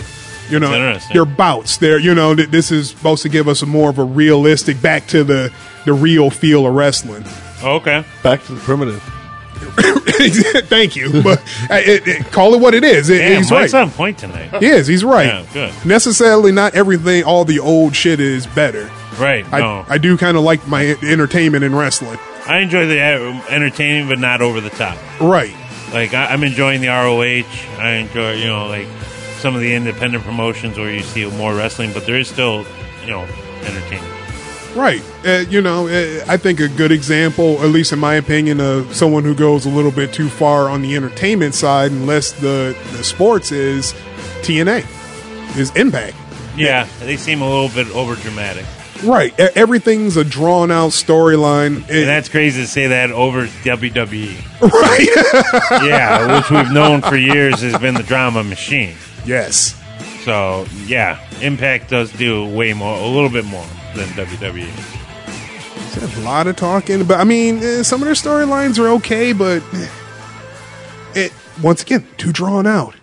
S5: you know
S2: That's interesting.
S5: their bouts their you know th- this is supposed to give us a more of a realistic back to the the real feel of wrestling
S2: Okay.
S4: Back to the primitive.
S5: thank you but I- it, it, call it what it is It-
S2: Damn,
S5: he's
S2: Mike's
S5: right
S2: on point tonight.
S5: he is he's right
S2: Yeah, good.
S5: necessarily not everything all the old shit is better
S2: Right.
S5: I,
S2: no.
S5: I do kind of like my en- entertainment in wrestling
S2: I enjoy the uh, entertaining, but not over the top.
S5: right
S2: Like I, I'm enjoying the ROH. I enjoy, you know, like some of the independent promotions where you see more wrestling, but there is still, you know, entertainment.
S5: Right. Uh, you know, uh, I think a good example, at least in my opinion, of someone who goes a little bit too far on the entertainment side, unless the, the sports is TNA, is Impact.
S2: Yeah, they seem a little bit over dramatic,
S5: Right. E- Everything's a drawn out storyline.
S2: and
S5: It-
S2: that's crazy to say that over E. WWE.
S5: Right.
S2: yeah, which we've known for years has been the drama machine.
S5: yes.
S2: So yeah, Impact does do way more, a little bit more than E. WWE.
S5: There's a lot of talking, but I mean, uh, some of their storylines are okay, but eh, it once again, too drawn out.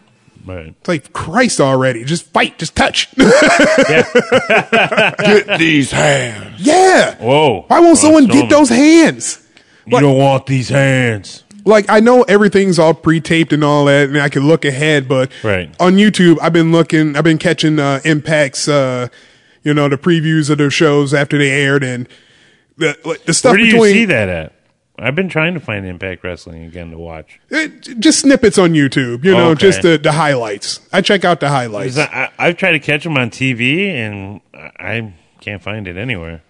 S2: But
S5: It's like Christ already. Just fight, just touch.
S4: Get these hands.
S5: yeah.
S2: whoa,
S5: Why won't someone
S2: Braun
S5: get those hands?
S2: Strowman. You don't want these hands.
S5: like I know everything's all pre-taped and all that, and I can look ahead. But
S2: Right.
S5: on YouTube, I've been looking, I've been catching uh, impacts, uh, you know, the previews of their shows after they aired, and the like, the stuff
S2: Where do you
S5: between
S2: see that at? I've been trying to find Impact Wrestling again to watch.
S5: It- just snippets on YouTube, you know,
S2: Okay.
S5: just the, the highlights. I check out the highlights.
S2: 'Cause I, I, I've tried to catch them on TV, and I, I can't find it anywhere.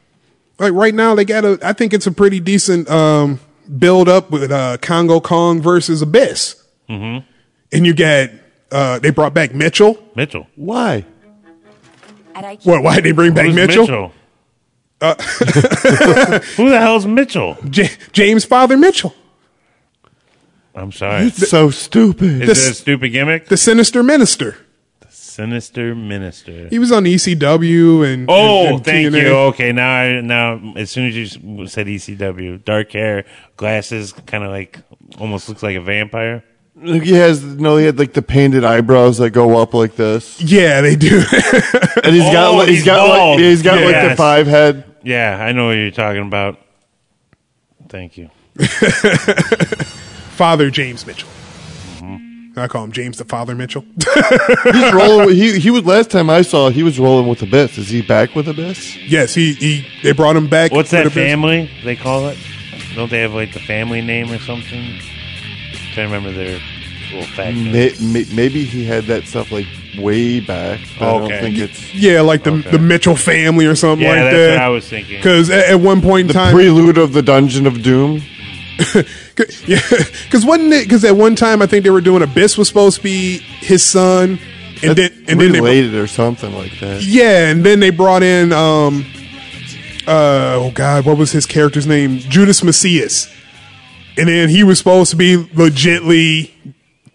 S5: like right now, they got a. I think it's a pretty decent um, build up with uh, Congo Kong versus Abyss, mm-hmm. and you got uh, they brought back Mitchell.
S2: Mitchell.
S4: Why?
S5: What? Why did they bring back
S2: Who's
S5: Mitchell? Uh,
S2: Who the hell's Mitchell?
S5: J- James Father Mitchell.
S2: I'm sorry.
S4: so stupid.
S2: Is it a stupid gimmick?
S5: the Sinister Minister.
S2: Sinister Minister.
S5: He was on ECW and
S2: Oh,
S5: and- and
S2: thank
S5: TNA.
S2: you. Okay, now I now as soon as you s- said ECW, dark hair, glasses, kind of like almost looks like a vampire.
S4: Like, He has no. He had like the painted eyebrows that go up like this,
S5: Yeah, they do.
S4: and he's got
S2: Oh,
S4: like, he's
S2: he's
S4: got
S2: bald.
S4: like yeah, he's got like the
S2: Yes.
S4: five head.
S2: Yeah, I know what you're talking about. Thank you.
S5: Father James Mitchell. Mm-hmm. I call him James the Father Mitchell.
S4: He's rolling. With, he he was last time I saw he was rolling with Abyss. Is he back with Abyss?
S5: yes, he, he they brought him back.
S2: What's
S5: for
S2: that
S5: the best-
S2: family they call it? Don't they have like the family name or something? trying to remember their little fact.
S5: Mm,
S4: May, may, maybe he had that stuff like way back. But I
S2: Okay.
S4: don't think it's
S5: Yeah, like the
S2: Okay.
S5: the Mitchell family or something
S2: yeah,
S5: like
S2: that's
S5: that.
S2: what I was thinking.
S5: Because at, at one point in
S4: the
S5: time,
S4: prelude of the Dungeon of Doom.
S5: yeah, because wasn't it? Because at one time, I think they were doing Abyss was supposed to be his son, and
S4: That's
S5: then and then they
S4: related or something like that.
S5: yeah, and then they brought in um, uh, oh god, what was his character's name? Judas Macias, and then he was supposed to be legitly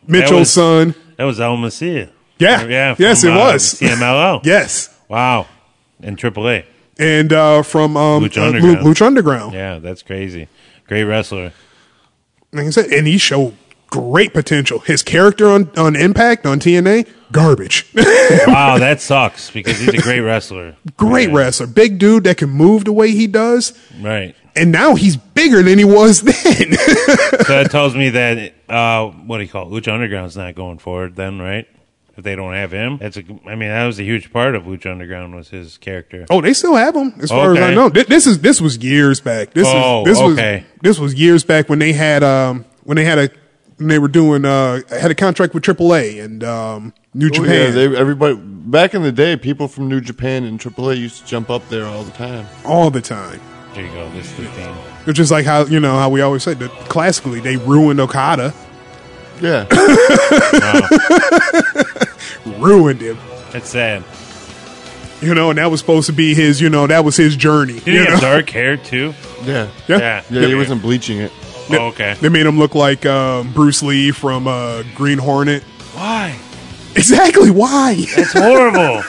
S5: Mitchell's
S2: was-
S5: son.
S2: that was El Masia.
S5: Yeah.
S2: yeah. uh,
S5: Yes, it was.
S2: CMLO.
S5: Yes,
S2: Wow. And AAA.
S5: and uh, from um,
S2: Lucha
S5: uh, Lu-
S2: Underground.
S5: Lucha Underground.
S2: Yeah, that's crazy. Great wrestler.
S5: like I said, and he showed great potential. His character on, on Impact on TNA, garbage.
S2: Wow, that sucks because he's a great wrestler.
S5: great
S2: Yeah.
S5: wrestler, big dude that can move the way he does,
S2: Right.
S5: and now he's bigger than he was then.
S2: So that tells me that uh, what do you call it? Lucha Underground's not going forward then, right? If they don't have him, that's a. I mean, that was a huge part of Lucha Underground was his character.
S5: oh, they still have him, as far as I
S2: Okay.
S5: know. Th- This is this was years back. This
S2: Oh,
S5: is this
S2: okay.
S5: was this was years back when they had um when they had a when they were doing uh had a contract with AAA and um New
S4: Oh,
S5: Japan.
S4: yeah, they, everybody back in the day, people from New Japan and AAA used to jump up there all the time.
S5: all the time.
S2: There you go. This is the thing.
S5: Which is like how you know how we always say that classically they ruined Okada,
S4: Yeah,
S5: ruined him.
S2: That's sad.
S5: you know, and that was supposed to be his, you know, that was his journey.
S2: Did
S5: you
S2: he
S5: know?
S2: have dark hair too?
S4: yeah,
S5: Yeah.
S2: Yeah.
S4: yeah. He wasn't bleaching it.
S2: Oh, okay.
S5: They made him look like um, Bruce Lee from uh, Green Hornet.
S2: Why?
S5: Exactly why
S2: That's horrible.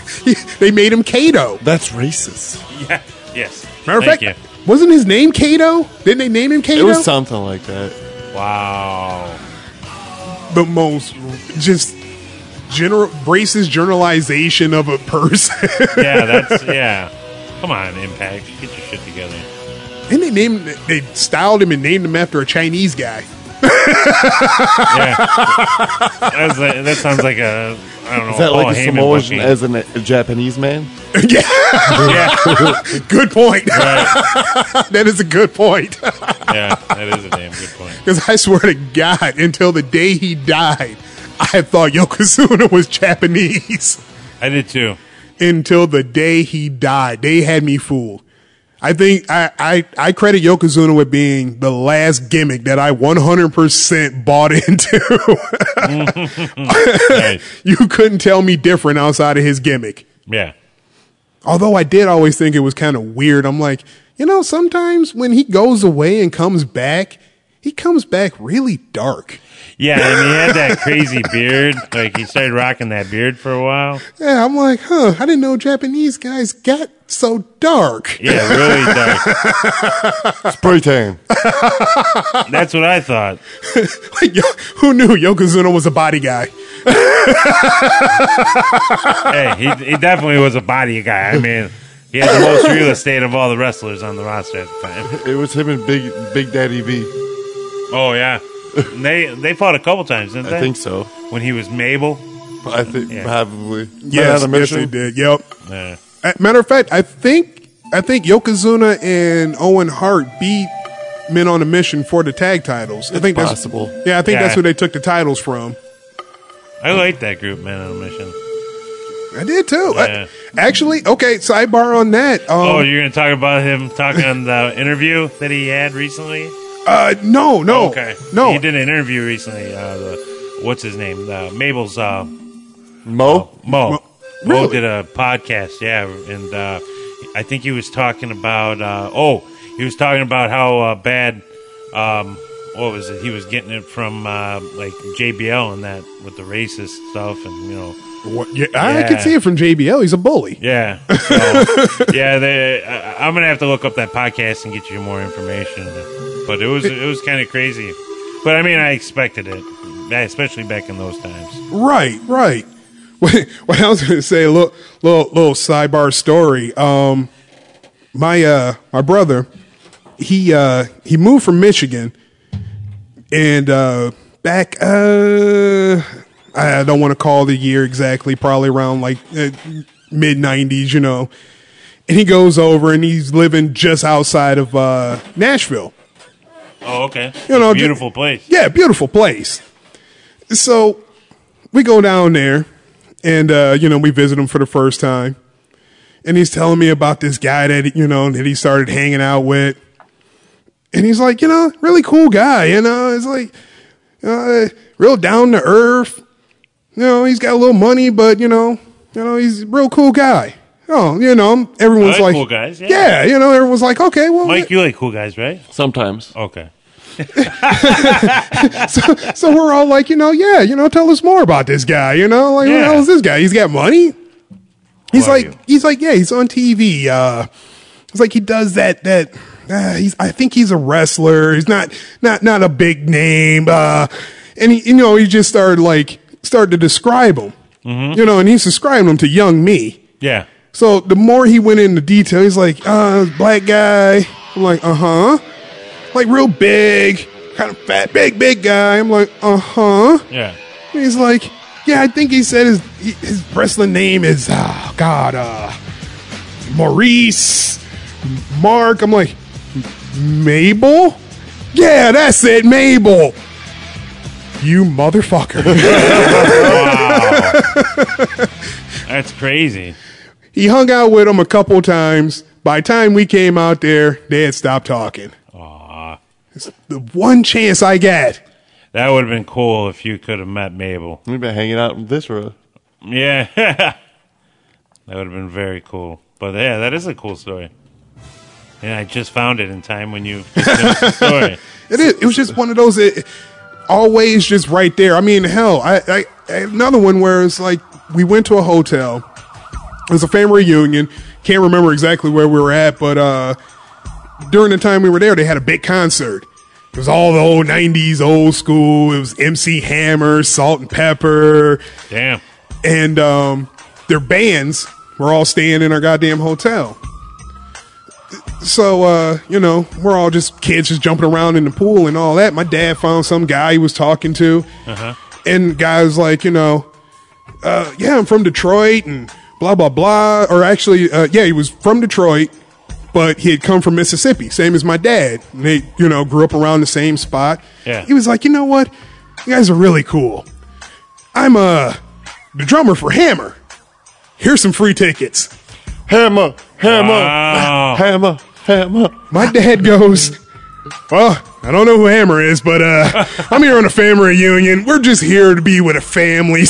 S5: they made him Kato.
S4: That's racist.
S2: yeah. Yes.
S5: Matter of
S2: Thank
S5: fact, wasn't his name Kato? Didn't they name him Kato?
S4: It was something like that.
S2: you. Wow.
S5: the most just general racist generalization of a person.
S2: Yeah. That's yeah. Come on, Impact. Get your shit together.
S5: and they named they styled him and named him after a Chinese guy.
S2: That's like, that sounds like a. I don't know.
S4: Is that
S2: Paul
S4: like a
S2: Heyman
S4: Samoan
S2: booking.
S4: as an, a Japanese man?
S5: Good point. that is a good point.
S2: yeah, that is a damn good point.
S5: Because I swear to God, until the day he died, I thought Yokozuna was Japanese.
S2: I did too.
S5: Until the day he died, they had me fooled. I think I, I, I credit Yokozuna with being the last gimmick that I 100% bought into.
S2: Nice.
S5: you couldn't tell me different outside of his gimmick.
S2: Yeah.
S5: Although I did always think it was kind of weird. I'm like, you know, sometimes when he goes away and comes back, he comes back really dark.
S2: Yeah, and he had that crazy beard. Like he started rocking that beard for a while.
S5: Yeah, I'm like, huh, I didn't know Japanese guys got so dark.
S2: Yeah, really dark.
S4: Spray tan.
S2: That's what I thought.
S5: Like, yo, who knew Yokozuna was a body guy?
S2: Hey, he, he definitely was a body guy. I mean, he had the most real estate of all the wrestlers on the roster at the time.
S4: It was him and Big Big Daddy V.
S2: Oh yeah, And they they fought a couple times, didn't they?
S4: I think so.
S2: When he was Mabel.
S4: I think
S2: Yeah.
S4: probably.
S5: Yes,
S4: Man on a
S5: yes,
S4: mission.
S5: they did. Yep.
S2: Yeah.
S5: Uh, Matter of fact, I think I think Yokozuna and Owen Hart beat Men on a Mission for the tag titles. I think
S4: possible.
S5: that's yeah. I think
S2: Yeah.
S5: that's who they took the titles from.
S2: I like that group, Man on a
S4: Um,
S2: Mission.
S5: I did too. I-
S2: Yeah.
S5: actually, okay. Sidebar on that.
S2: Oh,
S5: Um,
S2: you're gonna talk about him talking on the interview that he had recently?
S5: uh, no, no,
S2: Okay.
S5: no.
S2: He did an interview recently. Uh, the, what's his name? Uh, Mabel's uh,
S4: Mo.
S2: Mo.
S5: Mo-
S2: Mo
S5: really?
S2: did a podcast, yeah, and uh, I think he was talking about. Uh, oh, he was talking about how uh, bad. Um, what was it? He was getting it from uh, like JBL and that with the racist stuff, and you know.
S5: What- yeah, I
S2: Yeah.
S5: can see it from JBL. He's a bully.
S2: Yeah, so, yeah. They, I, I'm gonna have to look up that podcast and get you more information. But it was it was kind of crazy. But I mean, I expected it, especially back in those times.
S5: Right, right. What, what I was going to say, a little, little, little sidebar story. Um, my uh, my brother, he uh, he moved from Michigan, and uh, back uh, I don't want to call the year exactly, probably around like uh, mid '90s, you know. And he goes over and he's living just outside of uh, Nashville.
S2: Oh, okay.
S5: You know,
S2: beautiful
S5: ju-
S2: place.
S5: Yeah, beautiful place. So we go down there, and uh, you know we visit him for the first time, and he's telling me about this guy that you know that he started hanging out with, and he's like, you know, really cool guy. You know, it's like, uh, real down to earth. You know, he's got a little money, but you know, you know, he's a real cool guy. Oh, you know, everyone's
S2: I like
S5: like,
S2: cool guys, yeah.
S5: you know, everyone's like, okay, well,
S2: Mike, you like cool guys, right?
S4: Sometimes.
S2: Okay.
S5: so we're all like, you know, yeah, you know, tell us more about this guy. You know, like, who the
S2: Yeah.
S5: hell is this guy? He's got money. He's
S2: Who are
S5: like,
S2: you?
S5: he's like, yeah, he's on TV. Uh, it's like he does that. That uh, he's, I think he's a wrestler. He's not, not, not a big name. Uh, and he, you know, he just started like started to describe him.
S2: Mm-hmm.
S5: You know, and he's describing him to young me.
S2: Yeah.
S5: So the more he went into detail, he's like, uh, black guy. I'm like, uh huh. Like real big, kind of fat, big, big guy. I'm like, uh huh.
S2: Yeah.
S5: And he's like, yeah, I think he said his his wrestling name is oh God, uh, Maurice Mark. I'm like, Mabel. Yeah, that's it, Mabel. You motherfucker.
S2: That's crazy.
S5: he hung out with him a couple times. By the time we came out there, they had stopped talking.
S2: Aw.
S5: It's the one chance I got.
S2: That would have been cool if you could have met Mabel.
S4: We've been hanging out in this road.
S2: Yeah. that would have been very cool. But yeah, that is a cool story. Yeah, I just found it in time when you just finished the story.
S5: It is. It was just one of those. It, always just right there. I mean, hell, I, I, I another one where it's like we went to a hotel. It was a family reunion. Can't remember exactly where we were at, but uh, during the time we were there, they had a big concert. It was all the old '90s, old school. It was MC Hammer, Salt and Pepper,
S2: Damn.
S5: and um, their bands were all staying in our goddamn hotel. So uh, you know, we're all just kids just jumping around in the pool and all that. My dad found some guy he was talking to, and the guy was like, you know, uh, yeah, I'm from Detroit and blah blah blah. Or actually, uh, yeah, he was from Detroit, but he had come from Mississippi, same as my dad. And they, you know, grew up around the same spot.
S2: Yeah.
S5: He was like, you know what, you guys are really cool. I'm uh the drummer for Hammer. Here's some free tickets.
S4: Hammer, hammer,
S2: Wow.
S4: hammer, hammer.
S5: My dad goes, Well, I don't know who Hammer is, but uh, I'm here on a family reunion. We're just here to be with a family.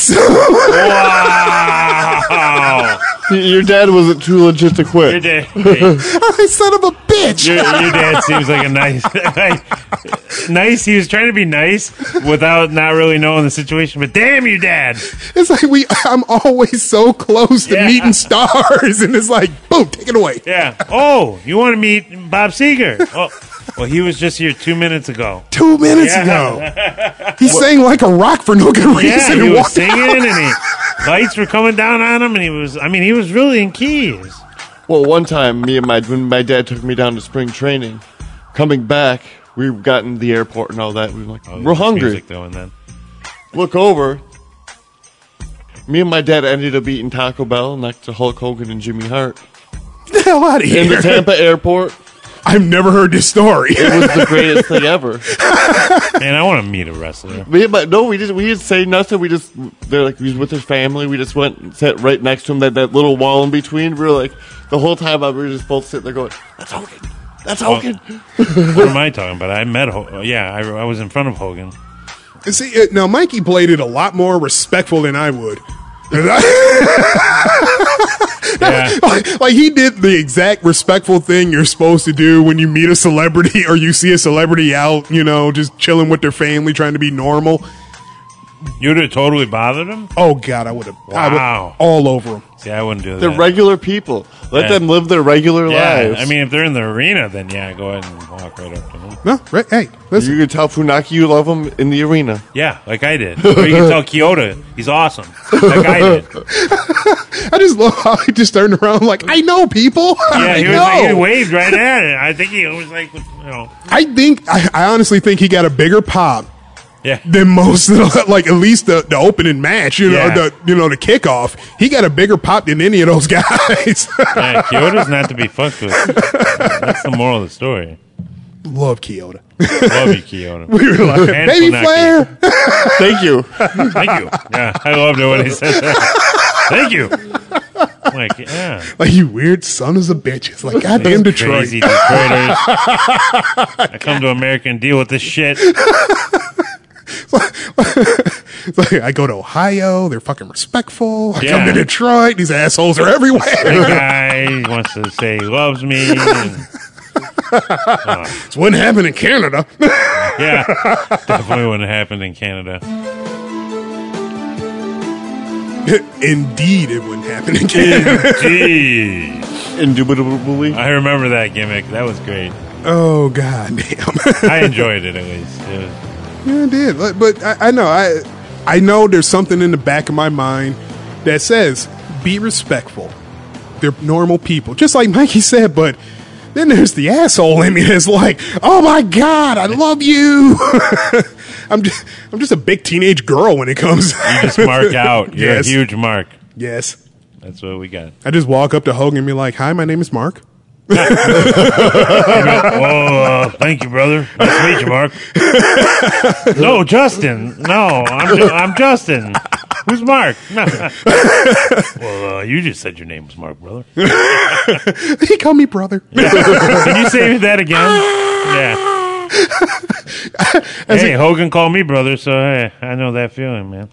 S5: So
S2: Wow.
S4: Y- Your dad wasn't too legit to quit.
S2: Your dad, your,
S5: I son of a bitch.
S2: your dad seems like a nice, nice. He was trying to be nice without not really knowing the situation. But damn you, dad!
S5: It's like we I'm always so close to
S2: Yeah.
S5: meeting stars, and it's like, boom, take it away.
S2: Yeah. Oh, you want to meet Bob Seeger? Oh, well, he was just here two minutes ago.
S5: Two minutes
S2: Yeah.
S5: ago. He sang like a rock for no good
S2: Yeah,
S5: reason
S2: he
S5: and
S2: was
S5: walked out.
S2: singing, and he lights were coming down on him, and he was. I mean, he was really in keys.
S4: Well, one time, me and my when my dad took me down to spring training, coming back, we got in the airport and all that. We were like,
S2: Oh,
S4: we're
S2: there's
S4: hungry.
S2: Music going then.
S4: Look over. Me and my dad ended up eating Taco Bell next to Hulk Hogan and Jimmy Hart
S5: Get the hell out of
S4: in the
S5: here.
S4: Tampa airport.
S5: I've never heard this story.
S4: It was the greatest thing ever.
S2: Man, I want to meet a wrestler.
S4: Me and my, no, we didn't. We didn't say nothing. We just they're like he was with his family. We just went and sat right next to him. That that little wall in between. We were like the whole time. I, we were just both sitting there going, "That's Hogan. That's Hogan."
S2: Oh. What am I talking about? I met. Ho- oh, yeah, I, I was in front of Hogan.
S5: See, uh, now Mikey played it a lot more respectful than I would.
S2: Yeah.
S5: like, like, he did the exact respectful thing you're supposed to do when you meet a celebrity or you see a celebrity out, you know, just chilling with their family, trying to be normal.
S2: You would have totally bothered him?
S5: Oh God, I would have
S2: Wow.
S5: all over him.
S2: See, I wouldn't do that.
S4: They're regular people. Let
S2: Yeah.
S4: them live their regular
S2: yeah,
S4: lives.
S2: I mean, if they're in the arena, then yeah, go ahead and walk right up to them.
S5: No, right? Hey, listen,
S4: you can tell Funaki you love him in the arena.
S2: Yeah, like I did. Or you can tell Kyoto, he's awesome. Like I did.
S5: I just love how he just turned around like I know people.
S2: Yeah,
S5: I
S2: he, was
S5: know.
S2: like, he waved right at it. I think he was like, you know,
S5: I think I, I honestly think he got a bigger pop
S2: yeah.
S5: than most of the, like at least the, the opening match, you know,
S2: Yeah.
S5: the you know, the kickoff. He got a bigger pop than any of those guys.
S2: yeah Kyoto's not to be fucked with. That's the moral of the story.
S5: Love Kyoto.
S2: Love you, Keona.
S5: we were like,
S2: And
S5: Baby
S2: Funaki.
S5: Flair.
S4: Thank you.
S2: Thank you. Yeah, I loved it when he said that. Thank you. Like, yeah.
S5: like, you weird son of a bitch. It's like, goddamn
S2: These
S5: Detroit.
S2: Crazy Detroiters. I come to America and deal with this shit.
S5: It's like, I go to Ohio. They're fucking respectful. I
S2: Yeah.
S5: come to Detroit. These assholes are
S2: The
S5: everywhere.
S2: guy wants to say he loves me. and-
S5: it's what happened in Canada.
S2: yeah, definitely wouldn't happen in Canada.
S5: Indeed, it wouldn't happen in Canada.
S2: Gee,
S4: Indubitably.
S2: I remember that gimmick. That was great.
S5: oh, god damn.
S2: I enjoyed it at least. It was-
S5: Yeah, I did. But, but I, I know I I know there's something in the back of my mind that says be respectful. They're normal people, just like Mikey said. But then there's the asshole in me that's like, oh my god, I love you. I'm just I'm just a big teenage girl when it comes.
S2: you just mark out. You're
S5: Yes.
S2: a huge mark.
S5: yes,
S2: That's what we got.
S5: I just walk up to Hogan and be like, hi, my name is Mark.
S2: Oh, uh, thank you, brother. Nice to meet you, Mark. No, Justin. No, I'm Ju- I'm Justin. Who's Mark? No. well, uh, you just said your name was Mark, brother.
S5: he called me brother.
S2: Can you say that again? Yeah. hey, Hogan called me brother, so hey, I know that feeling, man.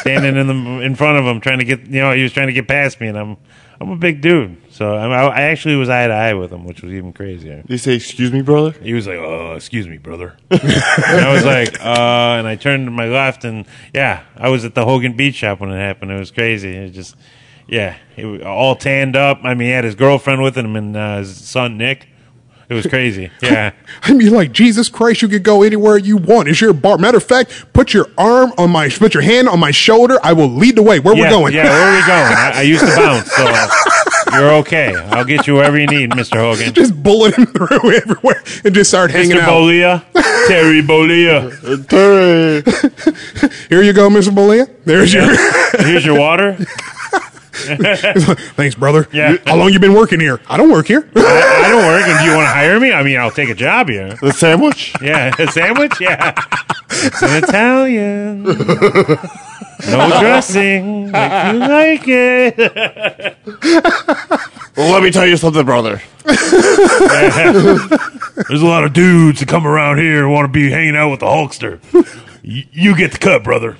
S2: Standing in the in front of him, trying to get you know, he was trying to get past me, and I'm I'm a big dude, so I'm, I, I actually was eye to eye with him, which was even crazier.
S4: You say, excuse me, brother?
S2: He was like, "Oh, excuse me, brother," and I was like, "Uh," and I turned to my left, and yeah, I was at the Hogan Beach shop when it happened. It was crazy. It just, yeah, it was all tanned up. I mean, he had his girlfriend with him and uh, his son Nick. It was crazy. Yeah,
S5: I mean, like Jesus Christ, you could go anywhere you want. It's your bar. Matter of fact, put your arm on my, put your hand on my shoulder. I will lead the way. Where
S2: yeah,
S5: we're going.
S2: Yeah, where are we going? I, I used to bounce, so uh, you're okay. I'll get you wherever you need, Mister Hogan.
S5: just bullet him through everywhere and just start hanging
S2: Mr.
S5: out.
S2: Bolia, Terry Bolia.
S4: Terry.
S5: Here you go, Mr. Bolia. There's
S2: Here's your water.
S5: your. Thanks, brother.
S2: Yeah.
S5: How long you been working here? I don't work here.
S2: I, I don't work, and do you want to hire me? I mean, I'll take a job here.
S4: The sandwich?
S2: Yeah, a sandwich. Yeah, it's an Italian. No dressing. If you like it.
S4: Well, let me tell you something, brother.
S2: There's a lot of dudes that come around here and want to be hanging out with the Hulkster. You, you get the cut, brother.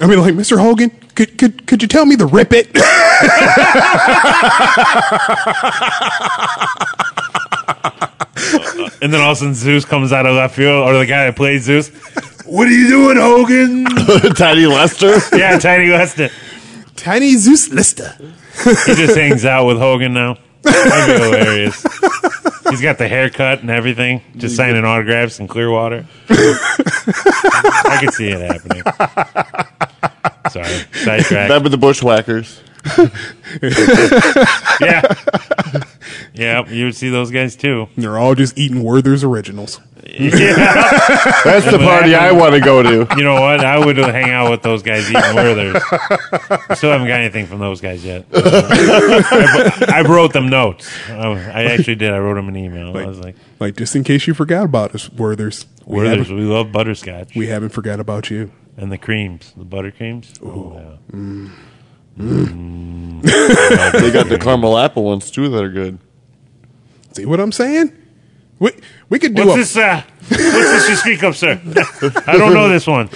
S5: I mean, like Mr. Hogan, could could could you tell me the rip it?
S2: And then all of a sudden, Zeus comes out of left field, or the guy that plays Zeus. What are you doing, Hogan?
S4: Tiny Lester?
S2: yeah, Tiny Lester.
S5: Tiny Zeus Lister.
S2: He just hangs out with Hogan now. That'd be hilarious. He's got the haircut and everything, just signing autographs in Clearwater. I could see it happening. Sorry, sidetrack.
S4: That'd be the bushwhackers.
S2: Yeah, yeah, you would see those guys too.
S5: They're all just eating Werther's originals.
S2: Yeah.
S4: That's the party I want to go to.
S2: You know what? I would hang out with those guys even further. Still haven't got anything from those guys yet. I, bro- I wrote them notes. I, I actually did. I wrote them an email. I was like,
S5: Like just in case you forgot about us, Werther's. We
S2: "Brothers,
S5: haven't,
S2: we love butterscotch."
S5: we haven't forgot about you.
S2: And the creams, the butter creams. Oh, yeah.
S4: They got the caramel apple ones, too, that are good.
S5: See what I'm saying? We we could do
S2: What's
S5: a
S2: this? Uh, what's this you speak of, sir? I don't know this one.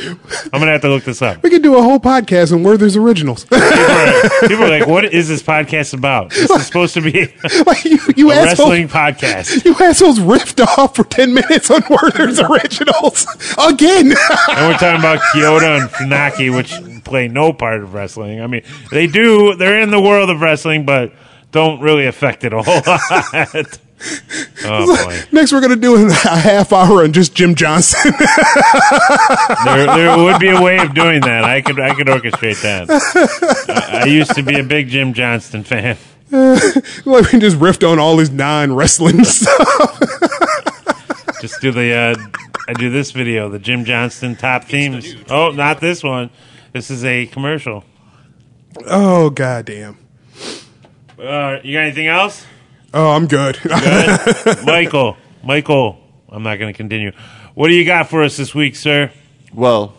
S2: I'm gonna have to look this up.
S5: we could do a whole podcast on Werther's originals.
S2: People are like, "What is this podcast about? This is supposed to be a
S5: like you, you assholes,
S2: wrestling podcast."
S5: you assholes riffed off for ten minutes on Werther's originals again.
S2: And we're talking about Kyoto and Funaki, which play no part of wrestling. I mean, they do. They're in the world of wrestling, but don't really affect it a whole lot. Oh boy.
S5: Next, we're gonna do a half hour on just Jim Johnson.
S2: there, there would be a way of doing that. I could I could orchestrate that. I, I used to be a big Jim Johnston fan.
S5: like we just riffed on all his non wrestling stuff.
S2: Just do the uh, I do this video, the Jim Johnston top teams. Oh, not this one. This is a commercial.
S5: Oh goddamn!
S2: Uh, you got anything else,
S5: Oh, I'm good.
S2: Michael? Michael, I'm not going to continue. What do you got for us this week, sir?
S4: Well,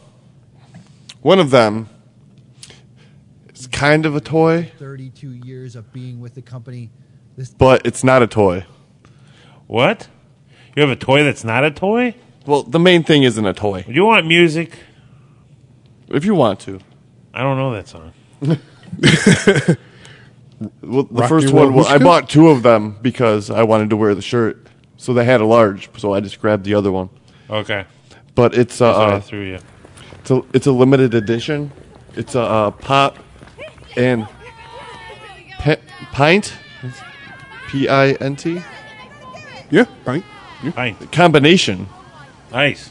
S4: one of them is kind of a toy,
S8: 32 years of being with the company. This
S4: but it's not a toy.
S2: What? You have a toy that's not a toy?
S4: Well, the main thing isn't a toy.
S2: Do you want music?
S4: If you want to.
S2: I don't know that song.
S4: Well, the
S5: Rock
S4: first
S5: your
S4: one,
S5: world
S4: was, I
S5: music?
S4: bought two of them because I wanted to wear the shirt. So they had a large, so I just grabbed the other one.
S2: Okay.
S4: But it's uh,
S2: Sorry, I
S4: uh
S2: threw you.
S4: it's a, it's a limited edition. It's a, uh pop and pe- pint, P I N T
S5: Yeah, right.
S2: Pint.
S4: combination.
S2: Nice.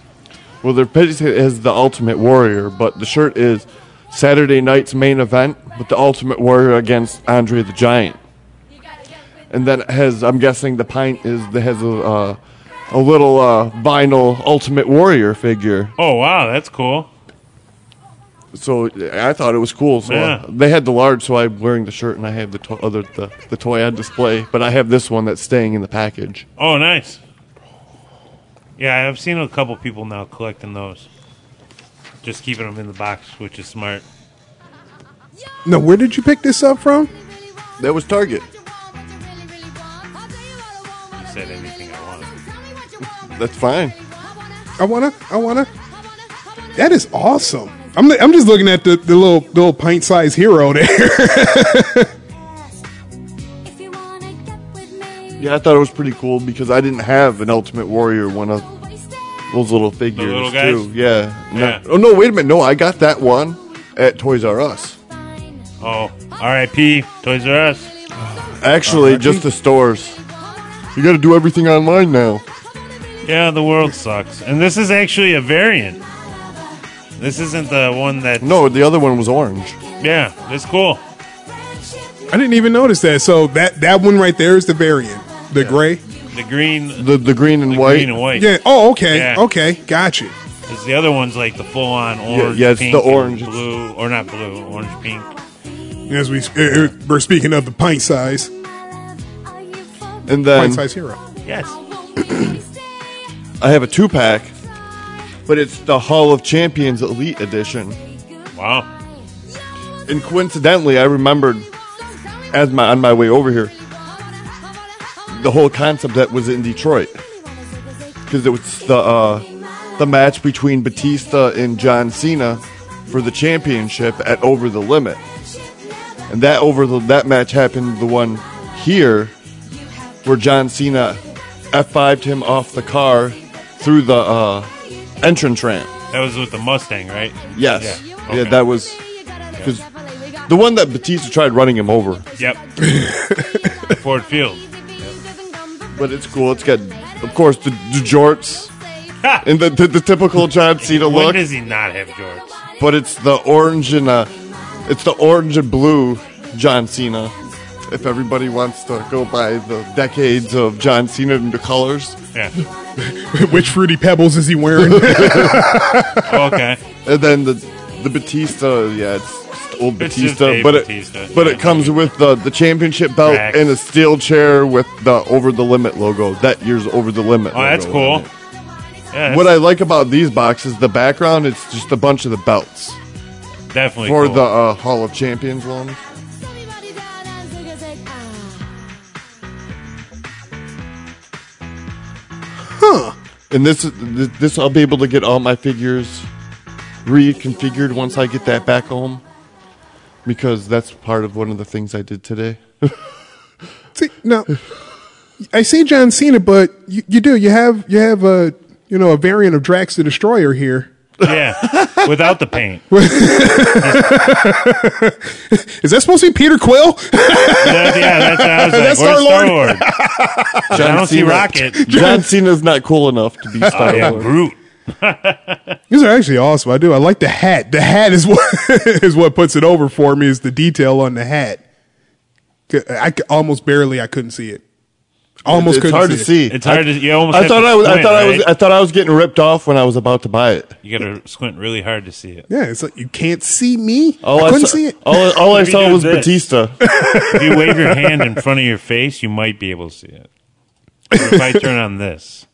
S4: Well, they're basically as the Ultimate Warrior, but the shirt is Saturday night's main event with the Ultimate Warrior against Andre the Giant. And then it has, I'm guessing, the pint is that has a uh, a little uh, vinyl Ultimate Warrior figure.
S2: Oh, wow. That's cool.
S4: So I thought it was cool. So uh,
S2: Yeah.
S4: they had the large, so I'm wearing the shirt, and I have the to- other the, the toy on display. But I have this one that's staying in the package.
S2: Oh, nice. Yeah, I've seen a couple people now collecting those. Just keeping them in the box, which is smart.
S5: Now, where did you pick this up from?
S4: That was Target.
S9: You
S2: said anything I
S9: wanted.
S4: That's fine.
S5: I wanna, I wanna. That is awesome. I'm, I'm just looking at the, the little the little pint size hero there.
S4: Yeah, I thought it was pretty cool because I didn't have an Ultimate Warrior one of those little figures
S2: little guys?
S4: too. Yeah. No-
S2: Yeah.
S4: oh no! Wait a minute. No, I got that one at Toys R Us.
S2: Oh, RIP, Toys R Us.
S4: Actually, just the stores. You got to do everything online now.
S2: Yeah, the world sucks. And this is actually a variant. This isn't the one that.
S4: No, the other one was orange.
S2: Yeah, that's cool.
S5: I didn't even notice that. So that that one right there is the variant, the gray.
S2: The green,
S4: The the green and
S2: the
S4: white.
S2: green and white.
S5: Yeah. Oh, okay.
S2: Yeah.
S5: Okay. Got you.
S2: 'Cause the other one's like the full on orange.
S4: yeah, it's
S2: pink
S4: the
S2: and
S4: orange.
S2: blue, or not blue, orange, pink.
S5: As we uh, uh, we're speaking of the pint size,
S4: And
S5: pint
S4: then
S5: size hero.
S2: Yes.
S4: I have a two pack, but it's the Hall of Champions Elite Edition.
S2: Wow.
S4: And coincidentally, I remembered as my on my way over here the whole concept that was in Detroit because it was the uh, the match between Batista and John Cena for the championship at Over the Limit, and that over the, that match happened the one here where John Cena F5'd him off the car through the uh, entrance ramp.
S2: That was with the Mustang, right?
S4: Yes,
S2: Yeah,
S4: yeah,
S2: okay.
S4: that was because the one that Batista tried running him over.
S2: Yep. Ford Field.
S4: But it's cool. It's got, of course, the, the jorts
S2: Ha!
S4: and the, the, the typical John Cena
S2: When
S4: look.
S2: does he not have jorts?
S4: But it's the orange and uh, it's the orange and blue John Cena. If everybody wants to go by the decades of John Cena and the colors,
S2: Yeah.
S5: Which fruity pebbles is he wearing?
S2: Okay.
S4: and then the the Batista, yeah, it's just old
S2: It's just
S4: Batista,
S2: a
S4: but
S2: Batista,
S4: it but
S2: yeah.
S4: it comes with the the championship belt
S2: Facts.
S4: and a steel chair with the over the limit logo. That year's over the limit.
S2: Oh, that's
S4: logo on
S2: cool.
S4: it.
S2: Yeah,
S4: What I like about these boxes, the background, it's just a bunch of the belts
S2: that's definitely
S4: for
S2: cool.
S4: the uh, Hall of Champions one. And this, th- this I'll be able to get all my figures reconfigured once I get that back home, because that's part of one of the things I did today.
S5: see, now, I see John Cena, but you, you do you have you have a you know a variant of Drax the Destroyer here.
S2: yeah. Without the paint.
S5: Is that supposed to be Peter Quill?
S2: That- yeah, that's what I was like.
S5: That's
S2: Where's Star
S5: Star-Lord.
S2: Lord? I don't see
S4: Cena-
S2: Rocket. Oh,
S4: John Cena's not cool enough to be Star
S2: I am
S4: Lord.
S2: Groot.
S5: These are actually awesome. I do. I like the hat. The hat is what is what puts it over for me. Is the detail on the hat? I c- almost barely. I couldn't see it. Almost
S4: it's
S5: couldn't
S4: hard to
S5: it.
S4: see.
S2: It's hard to. You almost.
S4: I
S2: have
S4: thought
S2: to
S4: I was. I
S2: squint,
S4: thought I
S2: right?
S4: was. I thought I was getting ripped off when I was about to buy it.
S2: You gotta squint really hard to see it.
S5: Yeah, it's like you can't see me.
S4: All
S5: I couldn't
S4: Oh, saw,
S5: see it.
S4: All, all I
S2: Maybe
S4: saw
S2: do
S4: was
S2: this.
S4: Batista.
S2: If you wave your hand in front of your face, you might be able to see it. if I turn on this.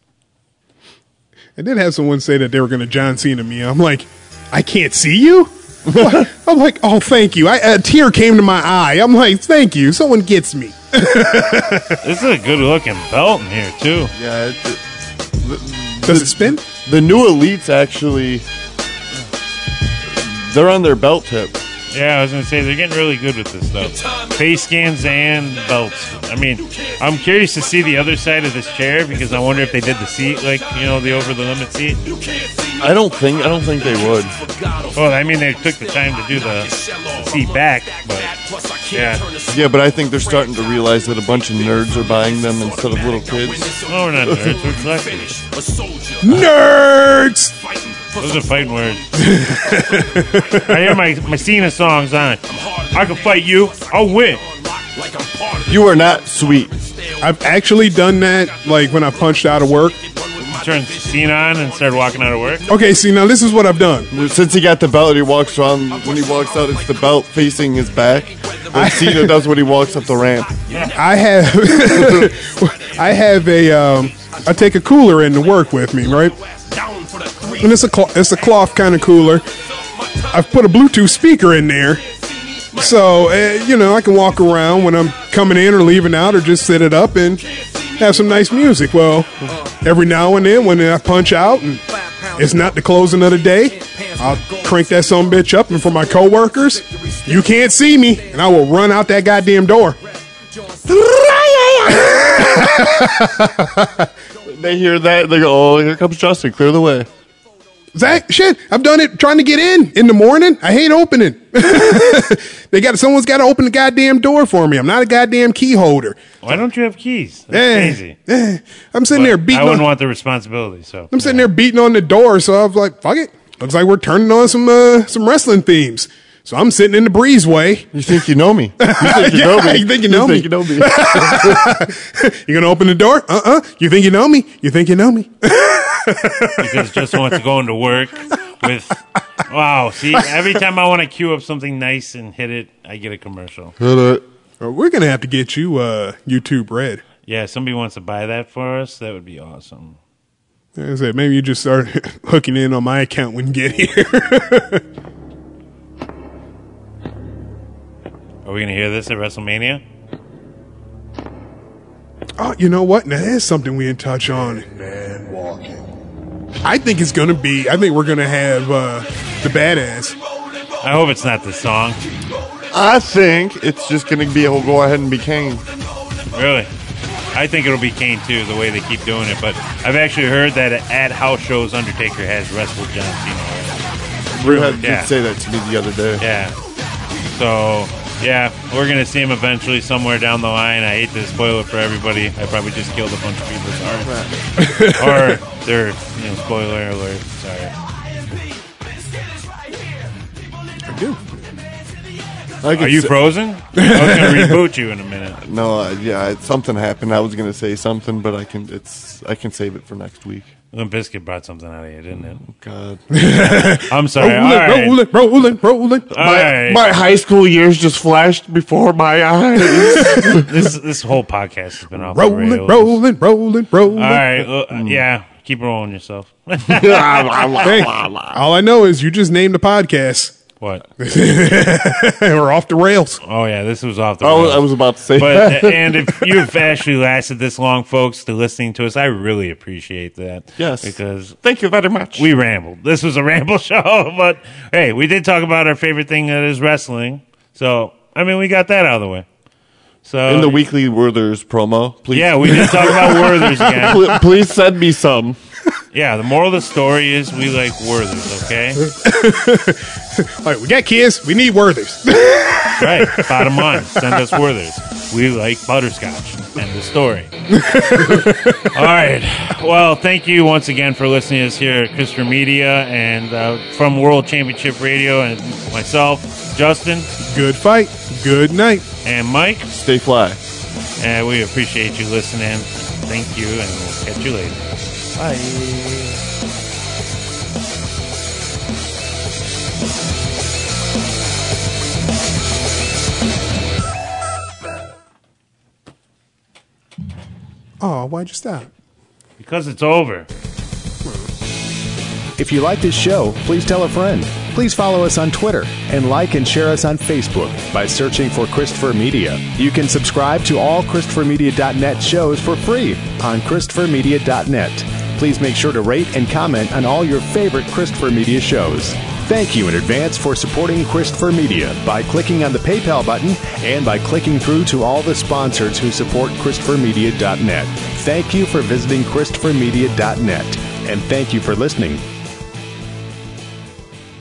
S5: I did have someone say that they were going to John Cena me. I'm like, I can't see you. I'm like, oh, thank you. I, a tear came to my eye. I'm like, thank you. Someone gets me.
S2: This is a good looking belt in here too.
S4: Yeah. It, it-
S5: Does it spin?
S4: Uh, the new elites actually, they're on their belt tip.
S2: Yeah, I was gonna say they're getting really good with this stuff. Face scans and belts. I mean, I'm curious to see the other side of this chair because I wonder if they did the seat, like you know, the over the limit seat.
S4: I don't think I don't think they would.
S2: Well, I mean, they took the time to do the, the seat back, but yeah,
S4: Yeah, but I think they're starting to realize that a bunch of nerds are buying them instead of little kids.
S2: no, we're not nerds. We're collectors.
S5: Nerds!
S2: Those are fighting words. I hear my my Cena songs on it. I can fight you. I'll win.
S4: You are not sweet.
S5: I've actually done that, like when I punched out of work.
S2: Turned Cena on and started walking out of work.
S5: Okay, see, now this is what I've done.
S4: Since he got the belt, he walks around. When he walks out, it's the belt facing his back. And Cena does when he walks up the ramp.
S5: I have, I have a, um, I take a cooler in to work with me, right? And it's a cloth, it's a cloth kind of cooler. I've put a Bluetooth speaker in there, so uh, you know I can walk around when I'm coming in or leaving out, or just set it up and have some nice music. Well, every now and then when I punch out and it's not the closing of the day, I'll crank that some bitch up, and for my coworkers, you can't see me, and I will run out that goddamn door.
S4: They hear that, they go, "Oh, here comes Justin, clear the way."
S5: Zach, shit, I've done it trying to get in in the morning. I hate opening. they got someone's got to open the goddamn door for me. I'm not a goddamn key holder.
S2: Why don't you have keys? That's
S5: Eh,
S2: crazy.
S5: eh, I'm sitting there
S2: I
S5: beating.
S2: wouldn't
S5: On,
S2: want the responsibility. So
S5: I'm sitting there beating on the door, so I was like, "Fuck it." Looks like we're turning on some uh, some wrestling themes. So I'm sitting in the breezeway.
S4: You think you know me? You think you
S5: Yeah,
S4: know me?
S5: you think you know me.
S4: You know me?
S5: You gonna open the door? Uh uh You think you know me? You think you know me?
S2: because just wants going to work with. Wow. See, every time I want to queue up something nice and hit it, I get a commercial.
S5: Or we're gonna have to get you uh, YouTube Red.
S2: Yeah, if somebody wants to buy that for us. That would be awesome.
S5: I said maybe you just start hooking in on my account when you get here.
S2: Are we gonna hear this at WrestleMania?
S5: Oh, you know what? Now there's something we didn't touch on.
S6: Man walking.
S5: I think it's gonna be. I think we're gonna have uh, the badass.
S2: I hope it's not this song.
S4: I think it's just gonna be. He'll go ahead and be king.
S2: Really. I think it'll be Kane too, the way they keep doing it. But I've actually heard that at house shows, Undertaker has wrestled John Cena. already.
S4: You had
S2: Yeah.
S4: did say that to me the other day.
S2: Yeah. So, yeah, we're going to see him eventually somewhere down the line. I hate to spoil it for everybody. I probably just killed a bunch of people's hearts. or their, you know, spoiler alert. Sorry.
S4: I could
S2: Are you
S4: say-
S2: frozen? I was going to reboot you in a minute.
S4: No, uh, yeah, it, something happened. I was gonna say something, but I can. It's I can save it for next week.
S2: Limp Biscuit brought something out of you, didn't it?
S4: God,
S2: I'm sorry.
S5: Oh,
S2: All right.
S5: rolling, rolling, rolling, rolling.
S2: All right.
S4: high school years just flashed before my eyes.
S2: This, this whole podcast has been off the
S5: Rolling,
S2: rails.
S5: rolling, rolling, rolling.
S2: All right. well, uh, yeah. Keep rolling yourself.
S5: Hey, all I know is you just named the podcast.
S2: what?
S5: We're off the rails.
S2: Oh, yeah. This was off the
S4: I, was,
S2: rails.
S4: I was about to say
S2: But uh,
S4: that.
S2: and if you've actually lasted this long, folks, to listening to us, I really appreciate that.
S4: Yes.
S2: because
S4: Thank you very much.
S2: we rambled. This was a ramble show, but hey, we did talk about our favorite thing that is wrestling. So I mean, we got that out of the way. So
S4: in the weekly Werther's promo, please.
S2: Uh, yeah, we did talk about Werther's again.
S4: Pl- please send me some.
S2: Yeah, the moral of the story is we like Werther's. Okay,
S5: All right, we got kids. We need worthers.
S2: right. Bottom line, send us Werther's. We like butterscotch. End the story. All right. Well, thank you once again for listening to us here at Christopher Media and uh, from World Championship Radio and myself, Justin,
S5: Good fight. Good night.
S2: and Mike.
S4: Stay fly.
S2: And we appreciate you listening. Thank you, and we'll catch you later.
S5: Oh, why'd you stop?
S2: Because it's over.
S10: If you like this show, please tell a friend. Please follow us on Twitter and like and share us on Facebook by searching for Christopher Media. You can subscribe to all ChristopherMedia.net shows for free on ChristopherMedia.net. Please make sure to rate and comment on all your favorite Christopher Media shows. Thank you in advance for supporting Christopher Media by clicking on the PayPal button and by clicking through to all the sponsors who support ChristopherMedia.net. Thank you for visiting ChristopherMedia.net and thank you for listening.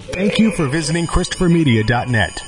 S3: Thank you for visiting ChristopherMedia.net.